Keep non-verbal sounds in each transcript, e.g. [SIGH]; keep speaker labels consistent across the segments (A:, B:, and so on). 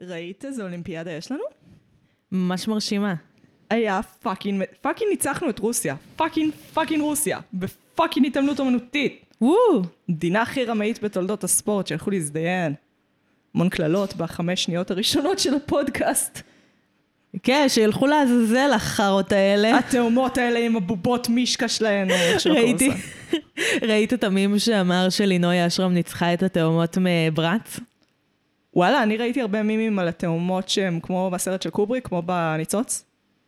A: ראית איזה אולימפיאדה יש לנו?
B: ממש מרשימה.
A: היה פאקינג, פאקינג ניצחנו את רוסיה. פאקינג פאקינג רוסיה. בפאקינג התעמלות אומנותית.
B: וואו!
A: מדינה הכי רמאית בתולדות הספורט, שהלכו להזדיין. המון קללות בחמש שניות הראשונות של הפודקאסט.
B: כן, שילכו לעזאזל החארות
A: אה,
B: האלה.
A: התאומות האלה עם הבובות מישקה שלהן, או איך שלא קוראים
B: ראיתי,
A: לזה.
B: [LAUGHS] ראית את המים שאמר שלינוי אשרם ניצחה את התאומות מברץ?
A: וואלה, אני ראיתי הרבה מימים על התאומות שהם כמו בסרט של קובריק, כמו בניצוץ.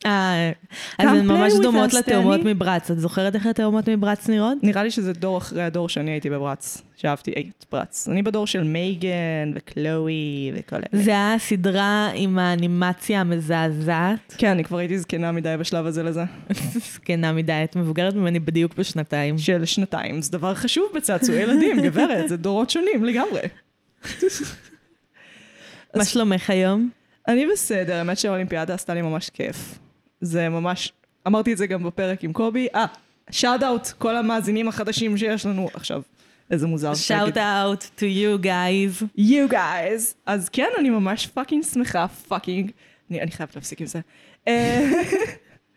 B: אה,
A: Come
B: אז הן ממש
A: play with
B: דומות
A: us,
B: לתאומות
A: Danny.
B: מברץ. את זוכרת איך התאומות מברץ נראות?
A: נראה לי שזה דור אחרי הדור שאני הייתי בברץ, שאהבתי אי, את ברץ. אני בדור של מייגן וקלואי וכל אלה.
B: זה היה הסדרה עם האנימציה המזעזעת. [LAUGHS]
A: כן, אני כבר הייתי זקנה מדי בשלב הזה לזה.
B: זקנה מדי, את מבוגרת ממני בדיוק בשנתיים.
A: של שנתיים, זה דבר חשוב בצעצועי
B: [LAUGHS]
A: ילדים, גברת, זה דורות שונים לגמרי.
B: מה שלומך היום?
A: אני בסדר, האמת שהאולימפיאדה עשתה לי ממש כיף. זה ממש, אמרתי את זה גם בפרק עם קובי. אה, שאט אאוט, כל המאזינים החדשים שיש לנו עכשיו. איזה מוזר.
B: שאוט אאוט to you guys.
A: You guys. אז כן, אני ממש פאקינג שמחה, פאקינג. אני, אני חייבת להפסיק עם זה. אה, [LAUGHS]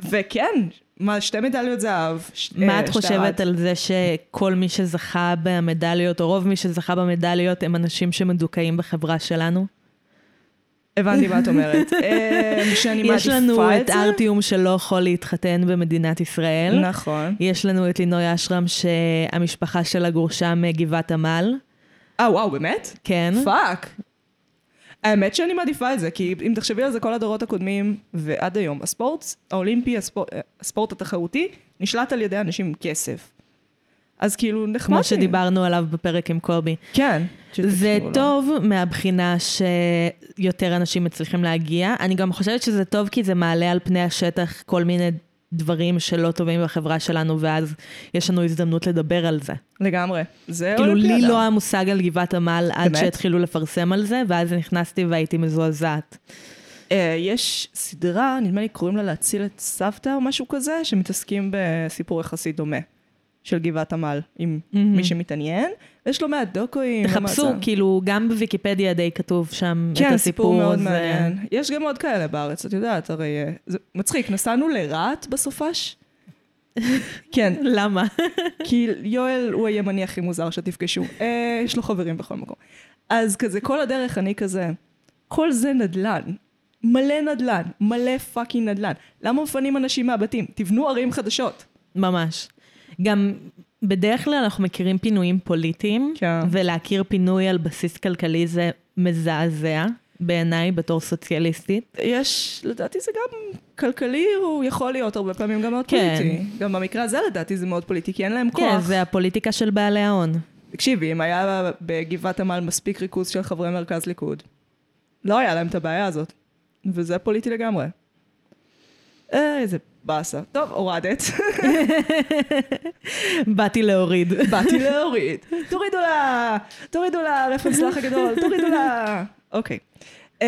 A: וכן, מה, שתי מדליות זהב. ש-
B: מה
A: אה,
B: את
A: שתי
B: חושבת
A: ארד.
B: על זה שכל מי שזכה במדליות, או רוב מי שזכה במדליות, הם אנשים שמדוכאים בחברה שלנו?
A: הבנתי מה את
B: [LAUGHS]
A: אומרת. אה, שאני מעדיפה את
B: יש
A: זה.
B: לנו את ארטיום שלא יכול להתחתן במדינת ישראל.
A: נכון.
B: יש לנו את לינוי אשרם שהמשפחה שלה גורשה מגבעת עמל.
A: אה, וואו, באמת?
B: כן.
A: פאק. האמת שאני מעדיפה את זה, כי אם תחשבי על זה כל הדורות הקודמים ועד היום, הספורט האולימפי, הספורט, הספורט התחרותי, נשלט על ידי אנשים עם כסף. אז כאילו, נחמד.
B: כמו
A: לי.
B: שדיברנו עליו בפרק עם קובי.
A: כן.
B: זה
A: שתקשיבו לו.
B: טוב מהבחינה שיותר אנשים מצליחים להגיע. אני גם חושבת שזה טוב כי זה מעלה על פני השטח כל מיני דברים שלא טובים בחברה שלנו, ואז יש לנו הזדמנות לדבר על זה.
A: אוקיי, לגמרי. זה
B: כאילו, לי
A: אולימפיאדה.
B: לא היה מושג על גבעת עמל עד
A: באמת?
B: שהתחילו לפרסם על זה, ואז נכנסתי והייתי מזועזעת.
A: אה, יש סדרה, נדמה לי קוראים לה להציל את סבתא או משהו כזה, שמתעסקים בסיפור יחסית דומה. של גבעת עמל, עם מי שמתעניין, ויש לא מעט דוקואים. לא מעט
B: תחפשו,
A: זה.
B: כאילו, גם בוויקיפדיה די כתוב שם את
A: כן, סיפור
B: הסיפור אה,
A: מאוד
B: הזה.
A: מעניין. יש גם עוד כאלה בארץ, את יודעת, הרי... אה, זה מצחיק, נסענו לרהט בסופש? כן,
B: למה?
A: כי יואל הוא הימני הכי מוזר שתפגשו. אה, יש לו חברים בכל מקום. אז כזה, כל הדרך אני כזה, כל זה נדל"ן. מלא נדל"ן, מלא פאקינג נדל"ן. למה מפנים אנשים מהבתים? תבנו ערים חדשות.
B: ממש. גם בדרך כלל אנחנו מכירים פינויים פוליטיים,
A: כן.
B: ולהכיר פינוי על בסיס כלכלי זה מזעזע בעיניי בתור סוציאליסטית.
A: יש, לדעתי זה גם כלכלי, הוא יכול להיות הרבה פעמים גם מאוד
B: כן.
A: פוליטי. גם במקרה הזה לדעתי זה מאוד פוליטי, כי אין להם כוח.
B: כן, זה הפוליטיקה של בעלי ההון.
A: תקשיבי, אם היה בגבעת עמל מספיק ריכוז של חברי מרכז ליכוד, לא היה להם את הבעיה הזאת. וזה פוליטי לגמרי. אה, איזה באסה. טוב, הורדת. [LAUGHS]
B: באתי להוריד.
A: באתי להוריד. תורידו לה! תורידו לה, רפרנס לאח הגדול, תורידו לה! אוקיי. אמ,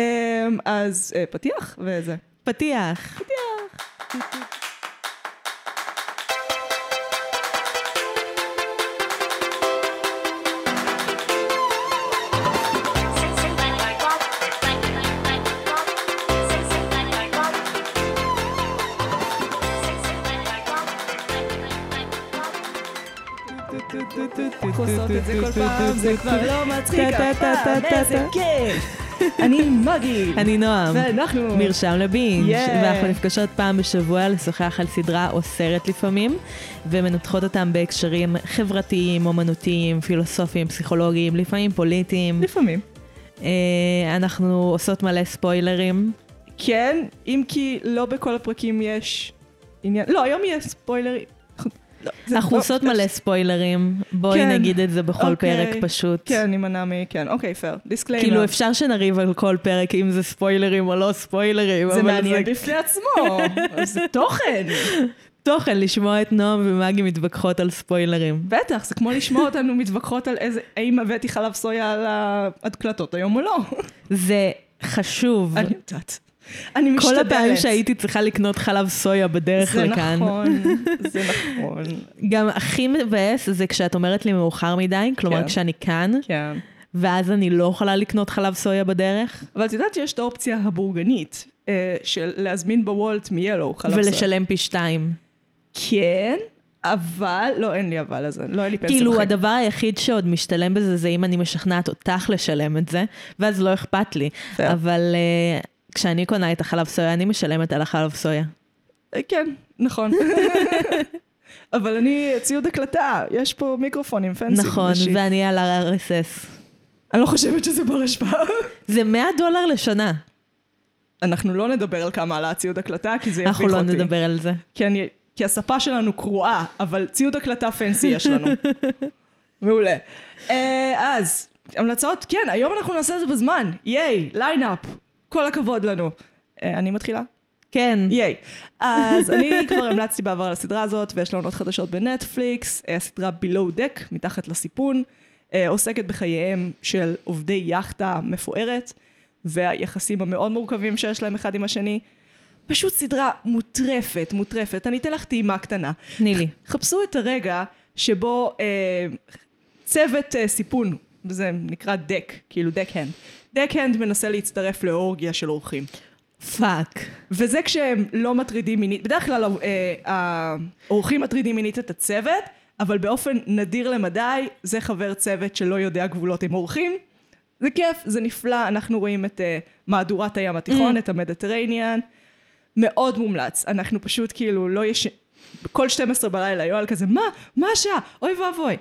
A: אז אה, פתיח וזה.
B: פתיח.
A: איך עושות את זה כל פעם, זה כבר לא מצחיק
B: טה,
A: אף
B: טה, טה,
A: פעם,
B: טה,
A: איזה
B: טה.
A: כיף! [LAUGHS] אני מגי!
B: אני נועם.
A: ואנחנו...
B: מרשם לבינג',
A: Yeah.
B: ואנחנו נפגשות פעם בשבוע לשוחח על סדרה או סרט לפעמים, ומנתחות אותם בהקשרים חברתיים, אומנותיים, פילוסופיים, פסיכולוגיים, לפעמים פוליטיים.
A: לפעמים.
B: אה, אנחנו עושות מלא ספוילרים.
A: כן, אם כי לא בכל הפרקים יש עניין... לא, היום יהיה ספוילר... לא, זה-
B: אנחנו
A: לא,
B: עושות מלא ספוילרים, בואי
A: כן.
B: נגיד את זה בכל
A: אוקיי.
B: פרק פשוט.
A: כן, נימנע מ... כן, אוקיי, פייר. דיסקליימר.
B: כאילו אפשר שנריב על כל פרק אם זה ספוילרים או לא ספוילרים,
A: זה
B: אבל כאילו-
A: מעניין בפני עצמו. זה תוכן.
B: תוכן לשמוע את נועם ומגי מתווכחות על ספוילרים.
A: בטח, זה כמו לשמוע אותנו מתווכחות על איזה... האם הבאתי חלב סויה על ההקלטות היום או
B: [LAUGHS]
A: לא.
B: זה חשוב.
A: אני יודעת. אני משתדלת.
B: כל הפעמים שהייתי צריכה לקנות חלב סויה בדרך
A: זה
B: לכאן.
A: נכון, זה נכון.
B: גם הכי מבאס זה כשאת אומרת לי מאוחר מדי, כלומר
A: כן.
B: כשאני כאן,
A: כן.
B: ואז אני לא יכולה לקנות חלב סויה בדרך,
A: אבל את יודעת שיש את האופציה הבורגנית אה, של להזמין בוולט מיאלו חלב סויה.
B: ולשלם פי שתיים.
A: כן, אבל, לא, אין לי אבל לזה, לא אין לי פנסיה
B: כאילו,
A: בחיים.
B: הדבר היחיד שעוד משתלם בזה זה אם אני משכנעת אותך לשלם את זה, ואז לא אכפת לי.
A: זה-
B: אבל אה, כשאני קונה את החלב סויה, אני משלמת על החלב סויה.
A: אה, כן, נכון. [LAUGHS] אבל אני ציוד הקלטה, יש פה מיקרופונים פנסים.
B: נכון,
A: נשים.
B: ואני על ה-RSS.
A: אני לא חושבת שזה בר השפעה.
B: זה 100 דולר לשנה.
A: [LAUGHS] אנחנו לא נדבר על כמה עלה הציוד הקלטה, כי זה יביך
B: אנחנו
A: אותי.
B: לא נדבר על זה.
A: כי, אני, כי הספה שלנו קרועה, אבל ציוד הקלטה פנסי יש
B: [LAUGHS]
A: לנו. מעולה. Uh, אז, המלצות? כן, היום אנחנו נעשה את זה בזמן. ייי, ליינאפ. כל הכבוד לנו. Uh, אני מתחילה?
B: כן.
A: ייי. אז אני כבר המלצתי בעבר על הסדרה הזאת, ויש לנו עוד חדשות בנטפליקס, אה, הסדרה Below Deck, מתחת לסיפון, אה, עוסקת בחייהם של עובדי יאכטה מפוארת, והיחסים המאוד מורכבים שיש להם אחד עם השני. פשוט סדרה מוטרפת, מוטרפת. אני אתן לך טעימה קטנה.
B: תני לי.
A: חפשו את הרגע שבו אה, צוות אה, סיפון, זה נקרא דק, כאילו דק-הנד. דק-הנד מנסה להצטרף לאורגיה של אורחים.
B: פאק.
A: וזה כשהם לא מטרידים מינית, בדרך כלל אה, האורחים מטרידים מינית את הצוות, אבל באופן נדיר למדי, זה חבר צוות שלא יודע גבולות עם אורחים. זה כיף, זה נפלא, אנחנו רואים את אה, מהדורת הים התיכון, את המדיטרניאן. מאוד מומלץ, אנחנו פשוט כאילו לא יש... כל 12 בלילה יואל כזה, מה? מה השעה? אוי ואבוי.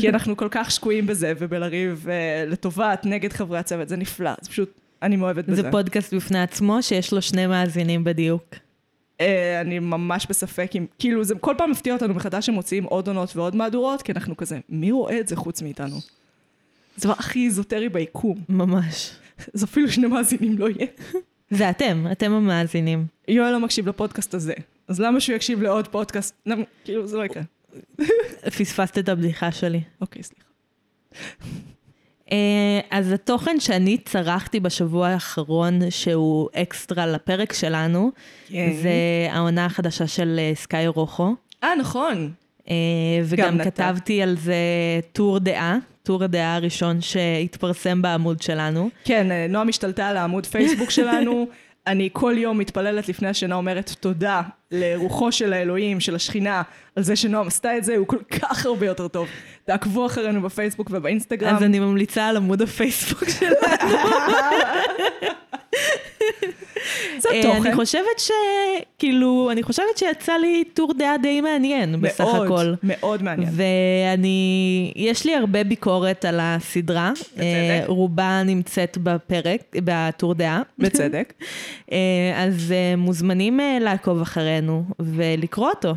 A: כי אנחנו כל כך שקועים בזה ובלריב אה, לטובת, נגד חברי הצוות, זה נפלא, זה פשוט, אני מאוהבת בזה.
B: זה פודקאסט בפני עצמו שיש לו שני מאזינים בדיוק.
A: אה, אני ממש בספק אם, כאילו זה כל פעם מפתיע אותנו מחדש שמוציאים עוד עונות ועוד מהדורות, כי אנחנו כזה, מי רואה את זה חוץ מאיתנו? זה הדבר הכי איזוטרי ביקום, [LAUGHS]
B: ממש.
A: אז אפילו שני מאזינים לא יהיה.
B: זה אתם, אתם המאזינים.
A: יואל לא מקשיב לפודקאסט הזה, אז למה שהוא יקשיב לעוד פודקאסט? למה, כאילו זה לא יקרה.
B: פספסת את הבדיחה שלי.
A: אוקיי, סליחה.
B: אה, אז התוכן שאני צרכתי בשבוע האחרון, שהוא אקסטרה לפרק שלנו, זה העונה החדשה של אה, סקאי רוחו.
A: אה, נכון.
B: אה, וגם
A: נתן.
B: כתבתי על זה טור דעה, טור הדעה הראשון שהתפרסם בעמוד שלנו.
A: כן, אה, נועם השתלטה על העמוד פייסבוק
B: [LAUGHS]
A: שלנו. אני כל יום מתפללת לפני השינה אומרת תודה לרוחו של האלוהים, של השכינה, על זה שנועם עשתה את זה, הוא כל כך הרבה יותר טוב. תעקבו אחרינו בפייסבוק ובאינסטגרם.
B: אז אני ממליצה על עמוד הפייסבוק שלנו.
A: זה
B: אה,
A: תוכן.
B: אני חושבת ש... כאילו, אני חושבת שיצא לי טור דעה די מעניין בסך
A: מאוד,
B: הכל.
A: מאוד מעניין.
B: [LAUGHS] ואני, יש לי הרבה ביקורת על הסדרה, אה, רובה נמצאת בפרק, בטור דעה,
A: בצדק.
B: אה, אז אה, מוזמנים אה, לעקוב אחרינו ולקרוא אותו.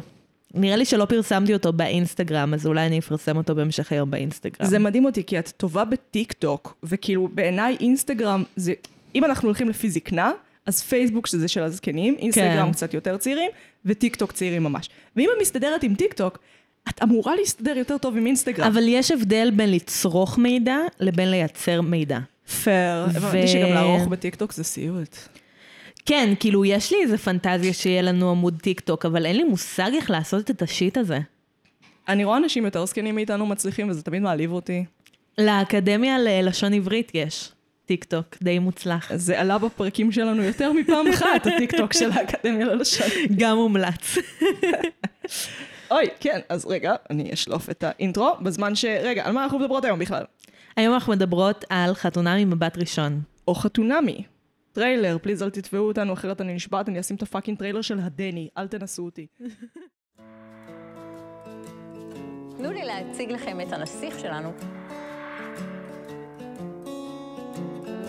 B: נראה לי שלא פרסמתי אותו באינסטגרם, אז אולי אני אפרסם אותו בהמשך היום באינסטגרם.
A: זה מדהים אותי, כי את טובה בטיק טוק, וכאילו בעיניי אינסטגרם זה, אם אנחנו הולכים לפי זקנה, אז פייסבוק שזה של הזקנים, אינסטגרם
B: כן.
A: קצת יותר צעירים, וטיק טוק צעירים ממש. ואם את מסתדרת עם טיק טוק, את אמורה להסתדר יותר טוב עם אינסטגרם.
B: אבל יש הבדל בין לצרוך מידע לבין לייצר מידע.
A: פייר.
B: ו-
A: הבנתי שגם לערוך בטיקטוק זה סיוט.
B: כן, כאילו, יש לי איזה פנטזיה שיהיה לנו עמוד טיק טוק, אבל אין לי מושג איך לעשות את השיט הזה.
A: אני רואה אנשים יותר זקנים מאיתנו מצליחים, וזה תמיד מעליב אותי.
B: לאקדמיה ללשון עברית יש טיק טוק, די [LAUGHS] מוצלח.
A: זה עלה בפרקים שלנו יותר מפעם אחת,
B: [LAUGHS]
A: הטיקטוק של האקדמיה ללשון.
B: גם מומלץ.
A: אוי, כן, אז רגע, אני אשלוף את האינטרו, בזמן ש... רגע, על מה אנחנו מדברות היום בכלל?
B: היום אנחנו מדברות על חתונה ממבט ראשון.
A: או חתונמי. טריילר, פליז אל תתבעו אותנו, אחרת אני נשבעת, אני אשים את הפאקינג טריילר של הדני, אל תנסו אותי.
C: תנו לי להציג לכם את הנסיך שלנו.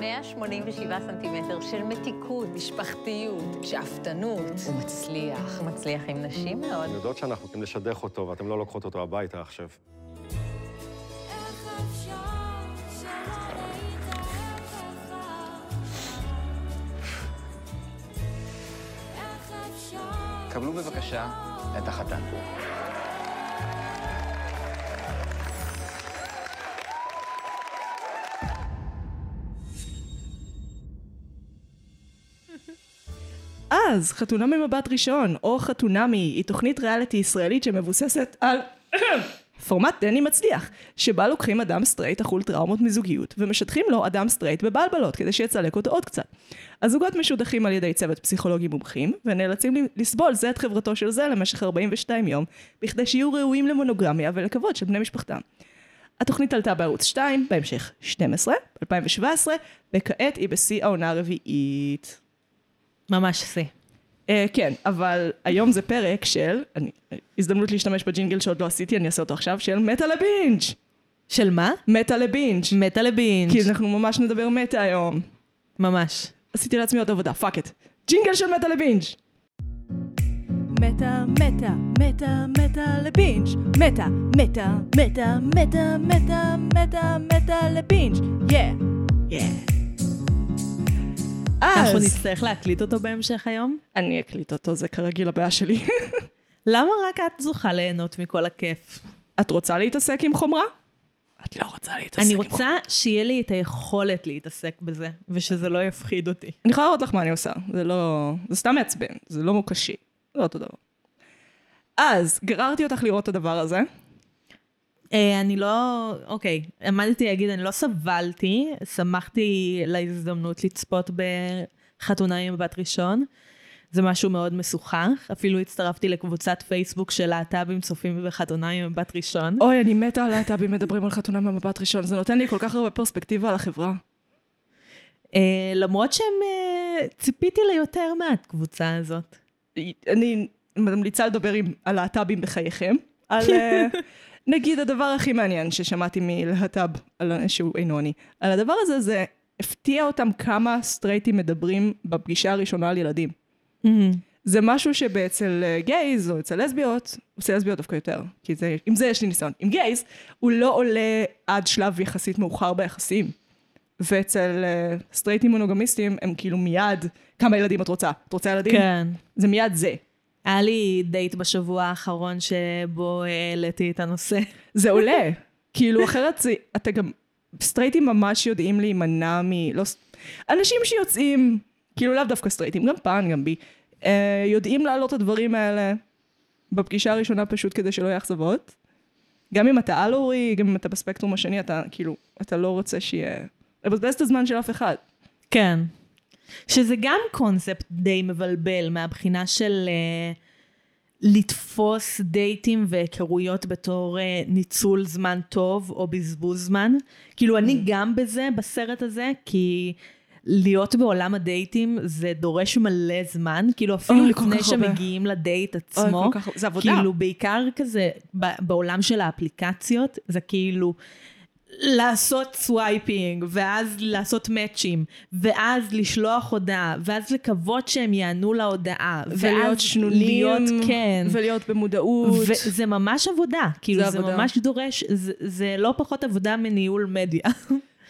C: 187 סנטימטר של מתיקות,
D: משפחתיות, שאפתנות.
C: הוא מצליח. הוא מצליח עם נשים מאוד.
E: הן יודעות שאנחנו הולכים לשדך אותו, ואתן לא לוקחות אותו הביתה עכשיו.
F: קבלו בבקשה את החתן.
A: אז, חתונה ממבט ראשון, או חתונמי, היא תוכנית ריאליטי ישראלית שמבוססת על... [COUGHS] פורמט דני מצליח, שבה לוקחים אדם סטרייט אכול טראומות מזוגיות, ומשטחים לו אדם סטרייט בבלבלות, כדי שיצלק אותו עוד קצת. הזוגות משודחים על ידי צוות פסיכולוגים מומחים, ונאלצים לסבול זה את חברתו של זה למשך 42 יום, בכדי שיהיו ראויים למונוגרמיה ולכבוד של בני משפחתם. התוכנית עלתה בערוץ 2, בהמשך 12, 2017, וכעת היא בשיא העונה הרביעית.
B: ממש שיא.
A: אה, כן, אבל היום זה פרק של, אני, הזדמנות להשתמש בג'ינגל שעוד לא עשיתי, אני אעשה אותו עכשיו, של מטה לבינג'.
B: של מה? כאילו-
A: מטה לבינג'.
B: מתה לבינג'.
A: כי אנחנו ממש נדבר מטה היום.
B: ממש.
A: עשיתי לעצמי עוד עבודה, פאק את. ג'ינגל של מטה לבינג'. מטה, מטה, מטה, מטה לבינג'. מטה, מטה, מטה, מטה, מטה, מטה, מטה לבינג'. יא. יא.
B: אנחנו
A: אז
B: נצטרך להקליט אותו בהמשך היום.
A: אני אקליט אותו, זה כרגיל הבעיה שלי. [LAUGHS]
B: למה רק את זוכה ליהנות מכל הכיף?
A: את רוצה להתעסק עם חומרה? את לא רוצה להתעסק
B: אני
A: עם חומרה.
B: רוצה שיהיה לי את היכולת להתעסק בזה, ושזה לא יפחיד אותי.
A: אני יכולה להראות לך מה אני עושה, זה לא... זה סתם מעצבן, זה לא מוקשי, זה לא אותו דבר. אז, גררתי אותך לראות את הדבר הזה.
B: אה, אני לא... אוקיי, עמדתי להגיד, אני לא סבלתי, שמחתי להזדמנות לצפות בחתונה עם בת ראשון. זה משהו מאוד משוחח, אפילו הצטרפתי לקבוצת פייסבוק של להט"בים צופים בחתונה עם בת ראשון.
A: אוי, אני מתה על להט"בים מדברים על חתונה ממבט ראשון, זה נותן לי כל כך הרבה פרספקטיבה על החברה.
B: אה, למרות שהם... אה, ציפיתי ליותר מהקבוצה הזאת.
A: אני ממליצה לדבר עם הלהט"בים בחייכם, על אה, נגיד הדבר הכי מעניין ששמעתי מלהט"ב, על- שהוא אינו אני, על הדבר הזה זה הפתיע אותם כמה סטרייטים מדברים בפגישה הראשונה על ילדים. זה משהו שבאצל אה, גייז או אצל לסביות, אצל לסביות דווקא יותר, כי זה, עם זה יש לי ניסיון. עם גייז, הוא לא עולה עד שלב יחסית מאוחר ביחסים. ואצל אה, סטרייטים מונוגמיסטים הם כאילו מיד, כמה ילדים את רוצה? את רוצה ילדים?
B: כן.
A: זה מיד זה.
B: היה לי דייט בשבוע האחרון שבו העליתי את הנושא.
A: זה [LAUGHS] עולה. כאילו, אחרת זה, אתה גם, סטרייטים ממש יודעים להימנע מ... לא, ס- אנשים שיוצאים, כאילו לאו דווקא סטרייטים, גם פן, גם בי, אה, יודעים להעלות את הדברים האלה בפגישה הראשונה פשוט כדי שלא יהיה אכזבות. גם אם אתה על-הורי, גם אם אתה בספקטרום השני, אתה כאילו, אתה לא רוצה שיהיה... לבזבז את הזמן של אף אחד.
B: כן. שזה גם קונספט די מבלבל מהבחינה של אה, לתפוס דייטים והיכרויות בתור אה, ניצול זמן טוב או בזבוז זמן. כאילו
A: Mm.
B: אני גם בזה, בסרט הזה, כי להיות בעולם הדייטים זה דורש מלא זמן, כאילו אפילו
A: אוי, כל
B: לפני
A: כך הרבה.
B: שמגיעים לדייט
A: אוי,
B: עצמו,
A: כל כך- זה עבודה.
B: כאילו בעיקר כזה ב- בעולם של האפליקציות, זה כאילו... לעשות סווייפינג, ואז לעשות מאצ'ים, ואז לשלוח הודעה, ואז לקוות שהם יענו להודעה,
A: ולהיות
B: ואז
A: שנונים,
B: להיות, כן.
A: ולהיות במודעות.
B: וזה ממש עבודה, כאילו
A: זה
B: זה, זה
A: עבודה.
B: ממש דורש, זה, זה לא פחות עבודה מניהול מדיה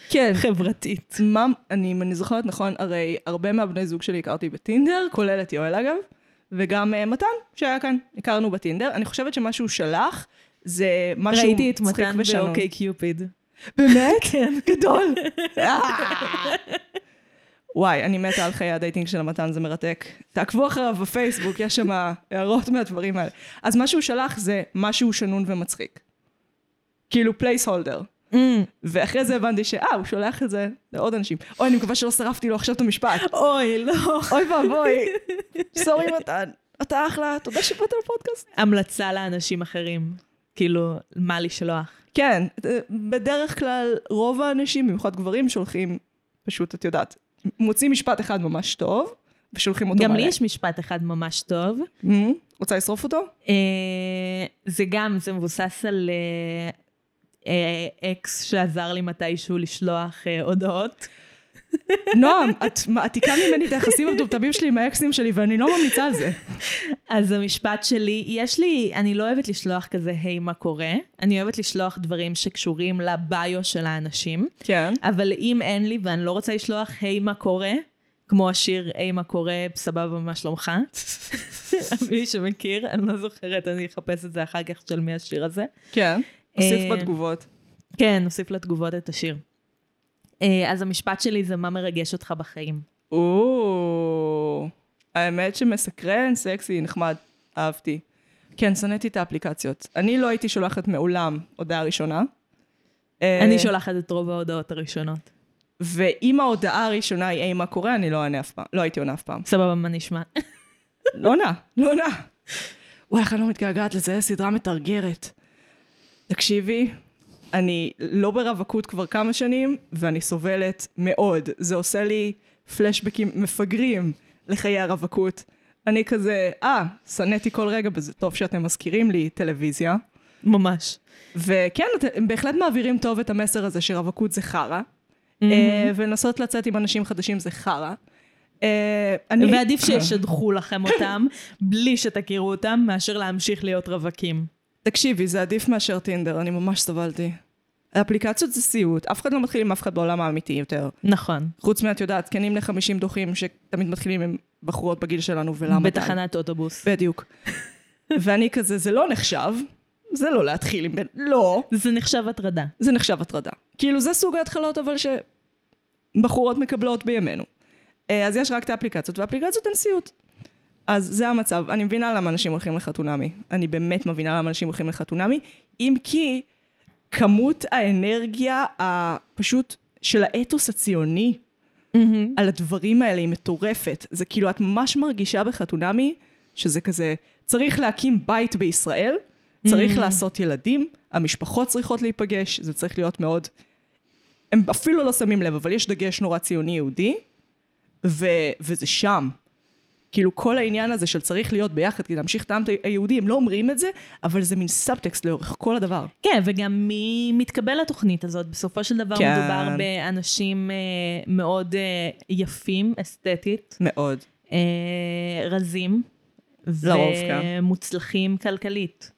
A: כן.
B: [LAUGHS] חברתית.
A: מה, אני, אם אני זוכרת נכון, הרי הרבה מהבני זוג שלי הכרתי בטינדר, כולל את יואל אגב, וגם אה, מתן שהיה כאן, הכרנו בטינדר. אני חושבת שמה שהוא שלח זה משהו
B: ראיתי את
A: מצחיק
B: מתן
A: ושנון.
B: באוקיי קיופיד. [LAUGHS]
A: באמת? כן. [LAUGHS] גדול. אה. וואי, אני מתה על חיי הדייטינג של המתן, זה מרתק. תעקבו אחריו בפייסבוק, יש שם הערות מהדברים האלה. אז מה שהוא שלח זה משהו שנון ומצחיק. כאילו פלייס הולדר.
B: Mm.
A: ואחרי זה הבנתי שאה, הוא שולח את זה לעוד אנשים. אוי, אני מקווה שלא שרפתי לו עכשיו את המשפט.
B: אוי, לא.
A: אוי [LAUGHS] ואבוי. סורי מתן, אתה אחלה, תודה שבאת לפודקאסט.
B: המלצה לאנשים אחרים, כאילו, מה לשלוח.
A: כן, אה, בדרך כלל רוב האנשים, במיוחד גברים, שולחים, פשוט, את יודעת, מוצאים משפט אחד ממש טוב, ושולחים אותו
B: גם לי
A: מלא.
B: יש משפט אחד ממש טוב.
A: אמ, רוצה לשרוף [LAUGHS] אותו?
B: אה, זה גם, זה מבוסס על אה, אה, אקס שעזר לי מתישהו לשלוח אה, הודעות.
A: נועם, את מעתיקה ממני את היחסים המטומטמים שלי עם האקסים שלי, ואני לא ממליצה על [LAUGHS] זה.
B: אז המשפט שלי, יש לי, אני לא אוהבת לשלוח כזה, היי, מה קורה? אני אוהבת לשלוח דברים שקשורים לביו של האנשים,
A: כן.
B: אבל אם אין לי ואני לא רוצה לשלוח, היי, מה קורה? כמו השיר, היי, מה קורה, סבבה, מה שלומך? [LAUGHS] מי שמכיר, אני לא זוכרת, אני אחפש את זה אחר כך של מי השיר הזה.
A: כן. אוסיף
B: אה,
A: בתגובות.
B: כן, נוסיף לתגובות את השיר. אה, אז המשפט שלי זה מה מרגש אותך בחיים.
A: או, האמת שמסקרן, סקסי, נחמד, אהבתי. כן, שנאתי את האפליקציות. אני לא הייתי שולחת מעולם הודעה ראשונה. אה,
B: אני שולחת את רוב ההודעות הראשונות.
A: ואם ההודעה הראשונה היא, היי, מה קורה, אני לא אענה אף פעם. לא הייתי עונה אף פעם.
B: סבבה, מה נשמע? [LAUGHS]
A: לא נע, לא נע. וואי, איך אני לא מתגעגעת לזה, איזה סדרה מתרגרת. תקשיבי, אני לא ברווקות כבר כמה שנים, ואני סובלת מאוד. זה עושה לי פלשבקים מפגרים לחיי הרווקות. אני כזה, אה, שנאתי כל רגע בזה, טוב שאתם מזכירים לי טלוויזיה.
B: ממש.
A: וכן, את- הם בהחלט מעבירים טוב את המסר הזה שרווקות זה חרא, אה, ולנסות לצאת עם אנשים חדשים זה חרא. אה, אני-
B: ועדיף שישדחו לכם אותם בלי שתכירו אותם, מאשר להמשיך להיות רווקים.
A: תקשיבי, זה עדיף מאשר טינדר, אני ממש סבלתי. האפליקציות זה סיוט, אף אחד לא מתחיל עם אף אחד בעולם האמיתי יותר.
B: נכון.
A: חוץ מאת יודעת, זקנים לחמישים דוחים שתמיד מתחילים עם בחורות בגיל שלנו ולמה.
B: בתחנת אוטובוס.
A: די. בדיוק. [LAUGHS] ואני כזה, זה לא נחשב, זה לא להתחיל עם בן... לא.
B: זה נחשב הטרדה.
A: זה נחשב הטרדה. כאילו זה סוג ההתחלות אבל שבחורות מקבלות בימינו. אה, אז יש רק את האפליקציות, והאפליקציות הן סיוט. אז זה המצב, אני מבינה למה אנשים הולכים לחתונמי. אני באמת מבינה למה אנשים הולכים לחתונמי, אם כי כמות האנרגיה הפשוט של האתוס הציוני על הדברים האלה היא מטורפת. זה כאילו, את ממש מרגישה בחתונמי שזה כזה, צריך להקים בית בישראל, צריך לעשות ילדים, המשפחות צריכות להיפגש, זה צריך להיות מאוד... הם אפילו לא שמים לב, אבל יש דגש נורא ציוני-יהודי, ו... וזה שם. כאילו כל העניין הזה של צריך להיות ביחד כדי להמשיך את העם היהודי, הם לא אומרים את זה, אבל זה מין סאבטקסט לאורך כל הדבר.
B: כן, וגם מי מתקבל לתוכנית הזאת? בסופו של דבר
A: כן.
B: מדובר באנשים אה, מאוד אה, יפים, אסתטית,
A: מאוד.
B: אה, רזים.
A: לרוב, כן.
B: ומוצלחים כלכלית.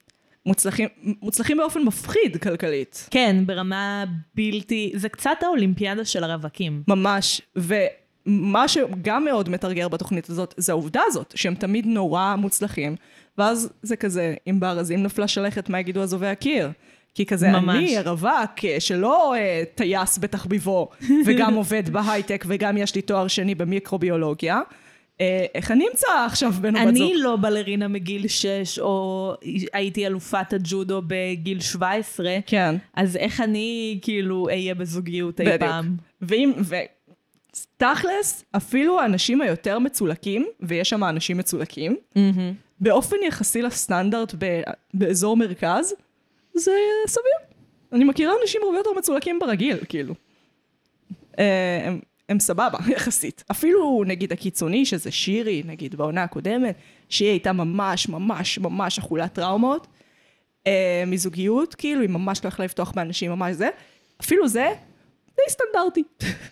A: מוצלחים, מוצלחים באופן מפחיד כלכלית.
B: כן, ברמה בלתי... זה קצת האולימפיאדה של הרווקים.
A: ממש, ומה שגם מאוד מתרגר בתוכנית הזאת, זה העובדה הזאת, שהם תמיד נורא מוצלחים, ואז זה כזה, אם בארזים נפלה שלכת, מה יגידו אזובי הקיר? כי כזה,
B: ממש.
A: ממש. אני הרווק אה, שלא אה, טייס בתחביבו, וגם עובד בהייטק, וגם יש לי תואר שני במיקרוביולוגיה, אה, איך אני אמצא עכשיו בן או בת זוג?
B: אני לא בלרינה מגיל 6, או הייתי אלופת הג'ודו בגיל 17,
A: כן.
B: אז איך אני כאילו אהיה בזוגיות אי
A: בדיוק.
B: פעם?
A: ואם, ו... תכלס, אפילו האנשים היותר מצולקים, ויש שם אנשים מצולקים, באופן יחסי לסטנדרט ב... באזור מרכז, זה סביר. אני מכירה אנשים הרבה יותר מצולקים ברגיל, כאילו. אה, הם, הם סבבה, [LAUGHS] יחסית. אפילו, נגיד, הקיצוני, שזה שירי, נגיד, בעונה הקודמת, שהיא הייתה ממש, ממש, ממש אכולת טראומות, אה, מזוגיות, כאילו, היא ממש לא יכלה לפתוח באנשים, ממש זה. אפילו זה, די סטנדרטי.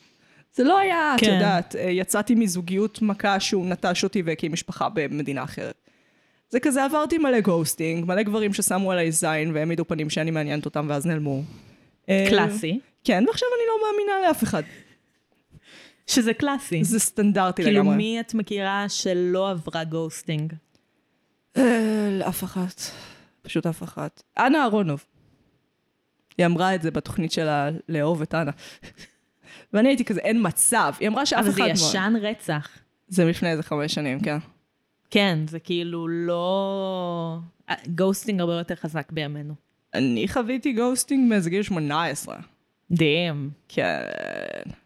A: [LAUGHS] זה לא היה, את
B: כן.
A: יודעת, אה, יצאתי מזוגיות מכה שהוא נטש אותי והקים משפחה במדינה אחרת. זה כזה, עברתי מלא גוסטינג, מלא גברים ששמו עליי זין והעמידו פנים שאני מעניינת אותם ואז נעלמו. אה,
B: קלאסי.
A: כן, ועכשיו אני לא מאמינה לאף אחד.
B: שזה קלאסי.
A: זה סטנדרטי
B: כאילו
A: לגמרי.
B: מי את מכירה שלא עברה גוסטינג?
A: אה, אף אחת. פשוט אף אחת. אנה אהרונוב. היא אמרה את זה בתוכנית שלה, לאהוב את אנה. ואני הייתי כזה, אין מצב. היא אמרה שאף
B: אבל
A: אחד... לא.
B: זה
A: מה-
B: ישן רצח.
A: זה מלפני איזה חמש שנים, כן.
B: כן, זה כאילו לא... גוסטינג הרבה יותר חזק בימינו.
A: אני חוויתי גוסטינג מאיזה גיל 18.
B: דאם.
A: כן.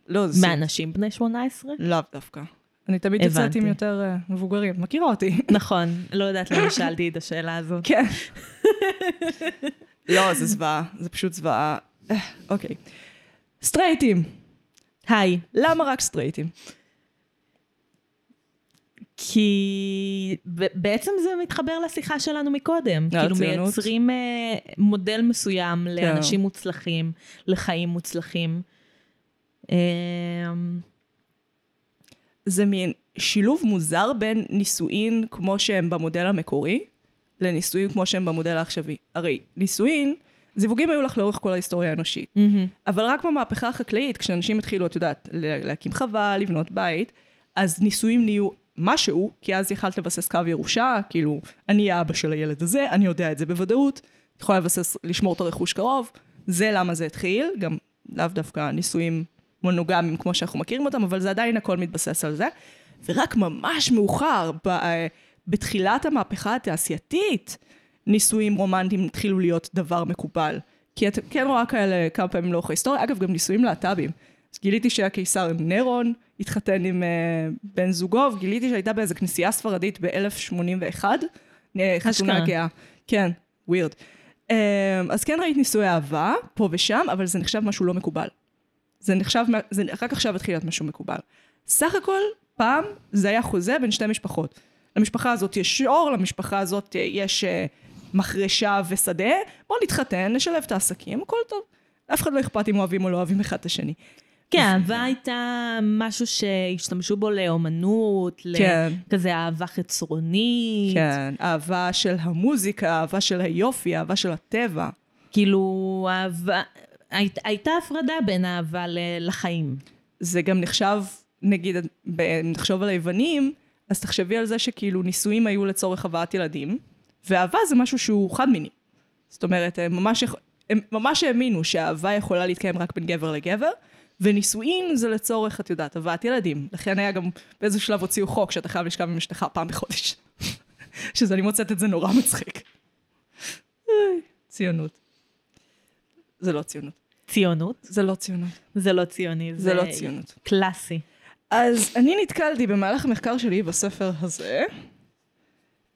A: לא, זה...
B: מאנשים בני 18?
A: לאו דווקא. אני תמיד יוצאת
B: הבנתי.
A: עם יותר אה, מבוגרים. מכירה אותי.
B: נכון, לא יודעת למה שאלתי את השאלה הזאת.
A: כן. לא, זה זוועה. זה פשוט זוועה. אה, אוקיי. סטרייטים.
B: היי.
A: למה רק סטרייטים?
B: [LAUGHS] כי ב- בעצם זה מתחבר לשיחה שלנו מקודם. כאילו
A: הציונות.
B: מייצרים אה, מודל מסוים לאנשים מוצלחים, לחיים מוצלחים. אה,
A: זה מין שילוב מוזר בין נישואין כמו שהם במודל המקורי, לנישואין כמו שהם במודל העכשווי. הרי נישואין, זיווגים היו לך לאורך כל ההיסטוריה האנושית. אבל רק במהפכה החקלאית, כשאנשים התחילו, את יודעת, ל- להקים חווה, לבנות בית, אז נישואים נהיו משהו, כי אז יכלת לבסס קו ירושה, כאילו, אני האבא של הילד הזה, אני יודע את זה בוודאות, את יכולה לבסס, לשמור את הרכוש קרוב, זה למה זה התחיל, גם לאו דווקא נישואים מונוגמים כמו שאנחנו מכירים אותם, אבל זה עדיין הכל מתבסס על זה. ורק ממש מאוחר, ב, בתחילת המהפכה אה, התעשייתית, נישואים רומנטיים התחילו להיות דבר מקובל. כי את כן רואה כאלה כמה פעמים לאורך ההיסטוריה, אגב, גם נישואים להט"בים. אז גיליתי שהקיסר נרון התחתן עם אה, בן זוגו, וגיליתי שהייתה באיזה כנסייה ספרדית ב-1081, אה, חתונה
B: אשכרה.
A: גאה. כן, ווירד. אז כן ראית נישואי אהבה, פה ושם, אבל זה נחשב משהו לא מקובל. זה נחשב, מה- זה רק עכשיו התחיל להיות משהו מקובל. סך הכל, פעם זה היה חוזה בין שתי משפחות. למשפחה הזאת יש שור, למשפחה הזאת אה, יש אה, מחרשה ושדה, בואו נתחתן, נשלב את העסקים, הכל טוב. אף אחד לא אכפת אם אוהבים או לא אוהבים אחד את השני.
B: כן, אהבה הייתה משהו שהשתמשו בו לאומנות,
A: כן.
B: לכזה אהבה חצרונית.
A: כן, אהבה של המוזיקה, אהבה של היופי, אהבה של הטבע.
B: כאילו, אהבה... היית, הייתה הפרדה בין אהבה ל, לחיים.
A: זה גם נחשב, נגיד, ב- נחשוב על היוונים, אז תחשבי על זה שכאילו נישואים היו לצורך הבאת ילדים, ואהבה זה משהו שהוא חד מיני. זאת אומרת, הם ממש, יכ- הם ממש האמינו שהאהבה יכולה להתקיים רק בין גבר לגבר, ונישואין זה לצורך, את יודעת, הבאת ילדים. לכן היה גם, באיזשהו שלב הוציאו חוק שאתה חייב לשכב עם אשתך פעם בחודש. [LAUGHS] שזה, אני מוצאת את זה נורא מצחיק. איי, ציונות. זה לא ציונות.
B: ציונות.
A: זה לא ציונות.
B: זה לא ציוני.
A: זה לא ציונות.
B: קלאסי.
A: אז אני נתקלתי במהלך המחקר שלי בספר הזה.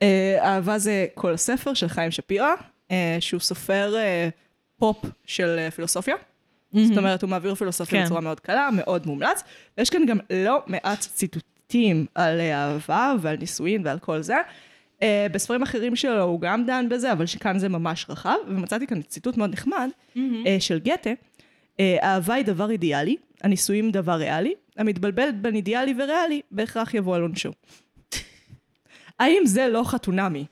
A: אה, אהבה זה כל הספר של חיים שפירא, אה, שהוא סופר אה, פופ של אה, פילוסופיה. זאת אומרת, הוא מעביר פילוסופיה
B: כן.
A: בצורה מאוד קלה, מאוד מומלץ, ויש כאן גם לא מעט ציטוטים על אה, אהבה ועל נישואין ועל כל זה. אה, בספרים אחרים שלו הוא גם דן בזה, אבל שכאן זה ממש רחב, ומצאתי כאן ציטוט מאוד נחמד אה, של גתה. אה, אהבה היא דבר אידיאלי, הנישואים דבר ריאלי, המתבלבל בין אידיאלי וריאלי בהכרח יבוא על עונשו. האם זה לא חתונמי?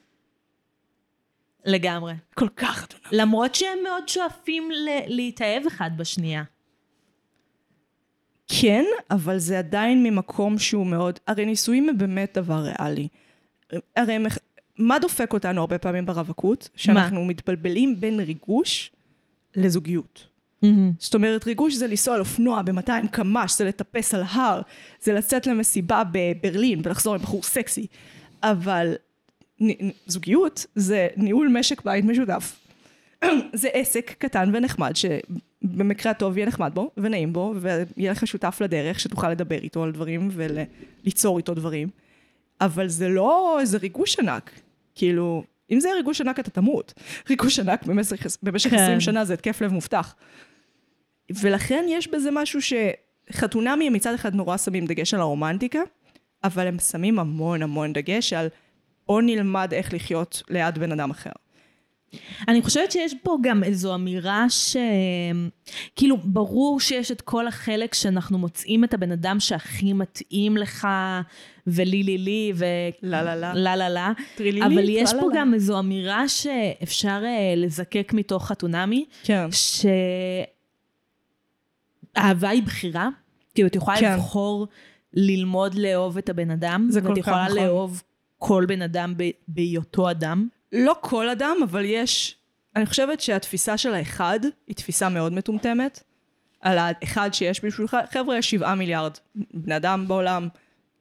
B: לגמרי.
A: כל כך חתונמי.
B: למרות שהם מאוד שואפים ל- להתאהב אחד בשנייה.
A: כן, אבל זה עדיין ממקום שהוא מאוד... הרי נישואים הם באמת דבר ריאלי. הרי הם- מה דופק אותנו הרבה פעמים ברווקות? שאנחנו מתבלבלים בין ריגוש לזוגיות. זאת אומרת, ריגוש זה לנסוע על אופנוע ב-200 קמ"ש, זה לטפס על הר, זה לצאת למסיבה בברלין ולחזור עם בחור סקסי. אבל נ- נ- זוגיות זה ניהול משק בית משותף. [CLEARS THROAT] זה עסק קטן ונחמד, שבמקרה הטוב יהיה נחמד בו ונעים בו, ויהיה לך שותף לדרך שתוכל לדבר איתו על דברים וליצור איתו דברים. אבל זה לא איזה ריגוש ענק. כאילו, אם זה היה ריגוש ענק אתה תמות. [LAUGHS] ריגוש ענק במשך, במשך
B: כן.
A: 20 שנה זה התקף לב מובטח. ולכן יש בזה משהו שחתונמי הם מצד אחד נורא שמים דגש על הרומנטיקה, אבל הם שמים המון המון דגש על או נלמד איך לחיות ליד בן אדם אחר.
B: אני חושבת שיש פה גם איזו אמירה ש... כאילו, ברור שיש את כל החלק שאנחנו מוצאים את הבן אדם שהכי מתאים לך, ולי לי לי, ו...
A: לה, לה, לה.
B: לה לה לה.
A: טרילילי,
B: אבל יש פה
A: טרללה.
B: גם איזו אמירה שאפשר אה, לזקק מתוך חתונמי,
A: כן.
B: שאהבה היא בחירה, כאילו את יכולה
A: כן.
B: כן. לבחור ללמוד לאהוב את הבן אדם,
A: זה כל
B: ואת
A: כך
B: יכולה
A: נכון.
B: לאהוב כל בן אדם ב- בהיותו אדם.
A: לא כל אדם, אבל יש... אני חושבת שהתפיסה של האחד היא תפיסה מאוד מטומטמת. על האחד שיש בשבילך, חבר'ה, יש שבעה מיליארד בני אדם בעולם,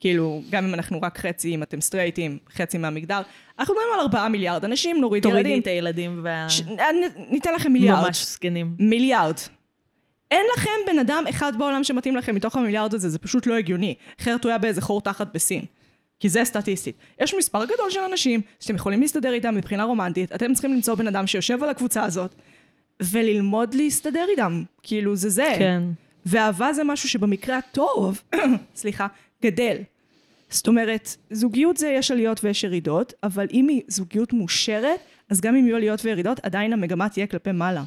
A: כאילו, גם אם אנחנו רק חצי, אם אתם סטרייטים, חצי מהמגדר, אנחנו מדברים על ארבעה מיליארד אנשים, נוריד
B: תורידי
A: ילדים,
B: את הילדים וה...
A: ש... נ- ניתן לכם מיליארד.
B: ממש זקנים.
A: מיליארד. אין לכם בן אדם אחד בעולם שמתאים לכם מתוך המיליארד הזה, זה פשוט לא הגיוני. אחרת הוא היה באיזה חור תחת בסין. כי זה סטטיסטית. יש מספר גדול של אנשים שאתם יכולים להסתדר איתם מבחינה רומנטית, אתם צריכים למצוא בן אדם שיושב על הקבוצה הזאת, וללמוד להסתדר איתם. כאילו, זה זה.
B: כן.
A: ואהבה זה משהו שבמקרה הטוב, [COUGHS] סליחה, גדל. זאת אומרת, זוגיות זה יש עליות ויש ירידות, אבל אם היא זוגיות מאושרת, אז גם אם יהיו עליות וירידות, עדיין המגמה תהיה כלפי מעלה.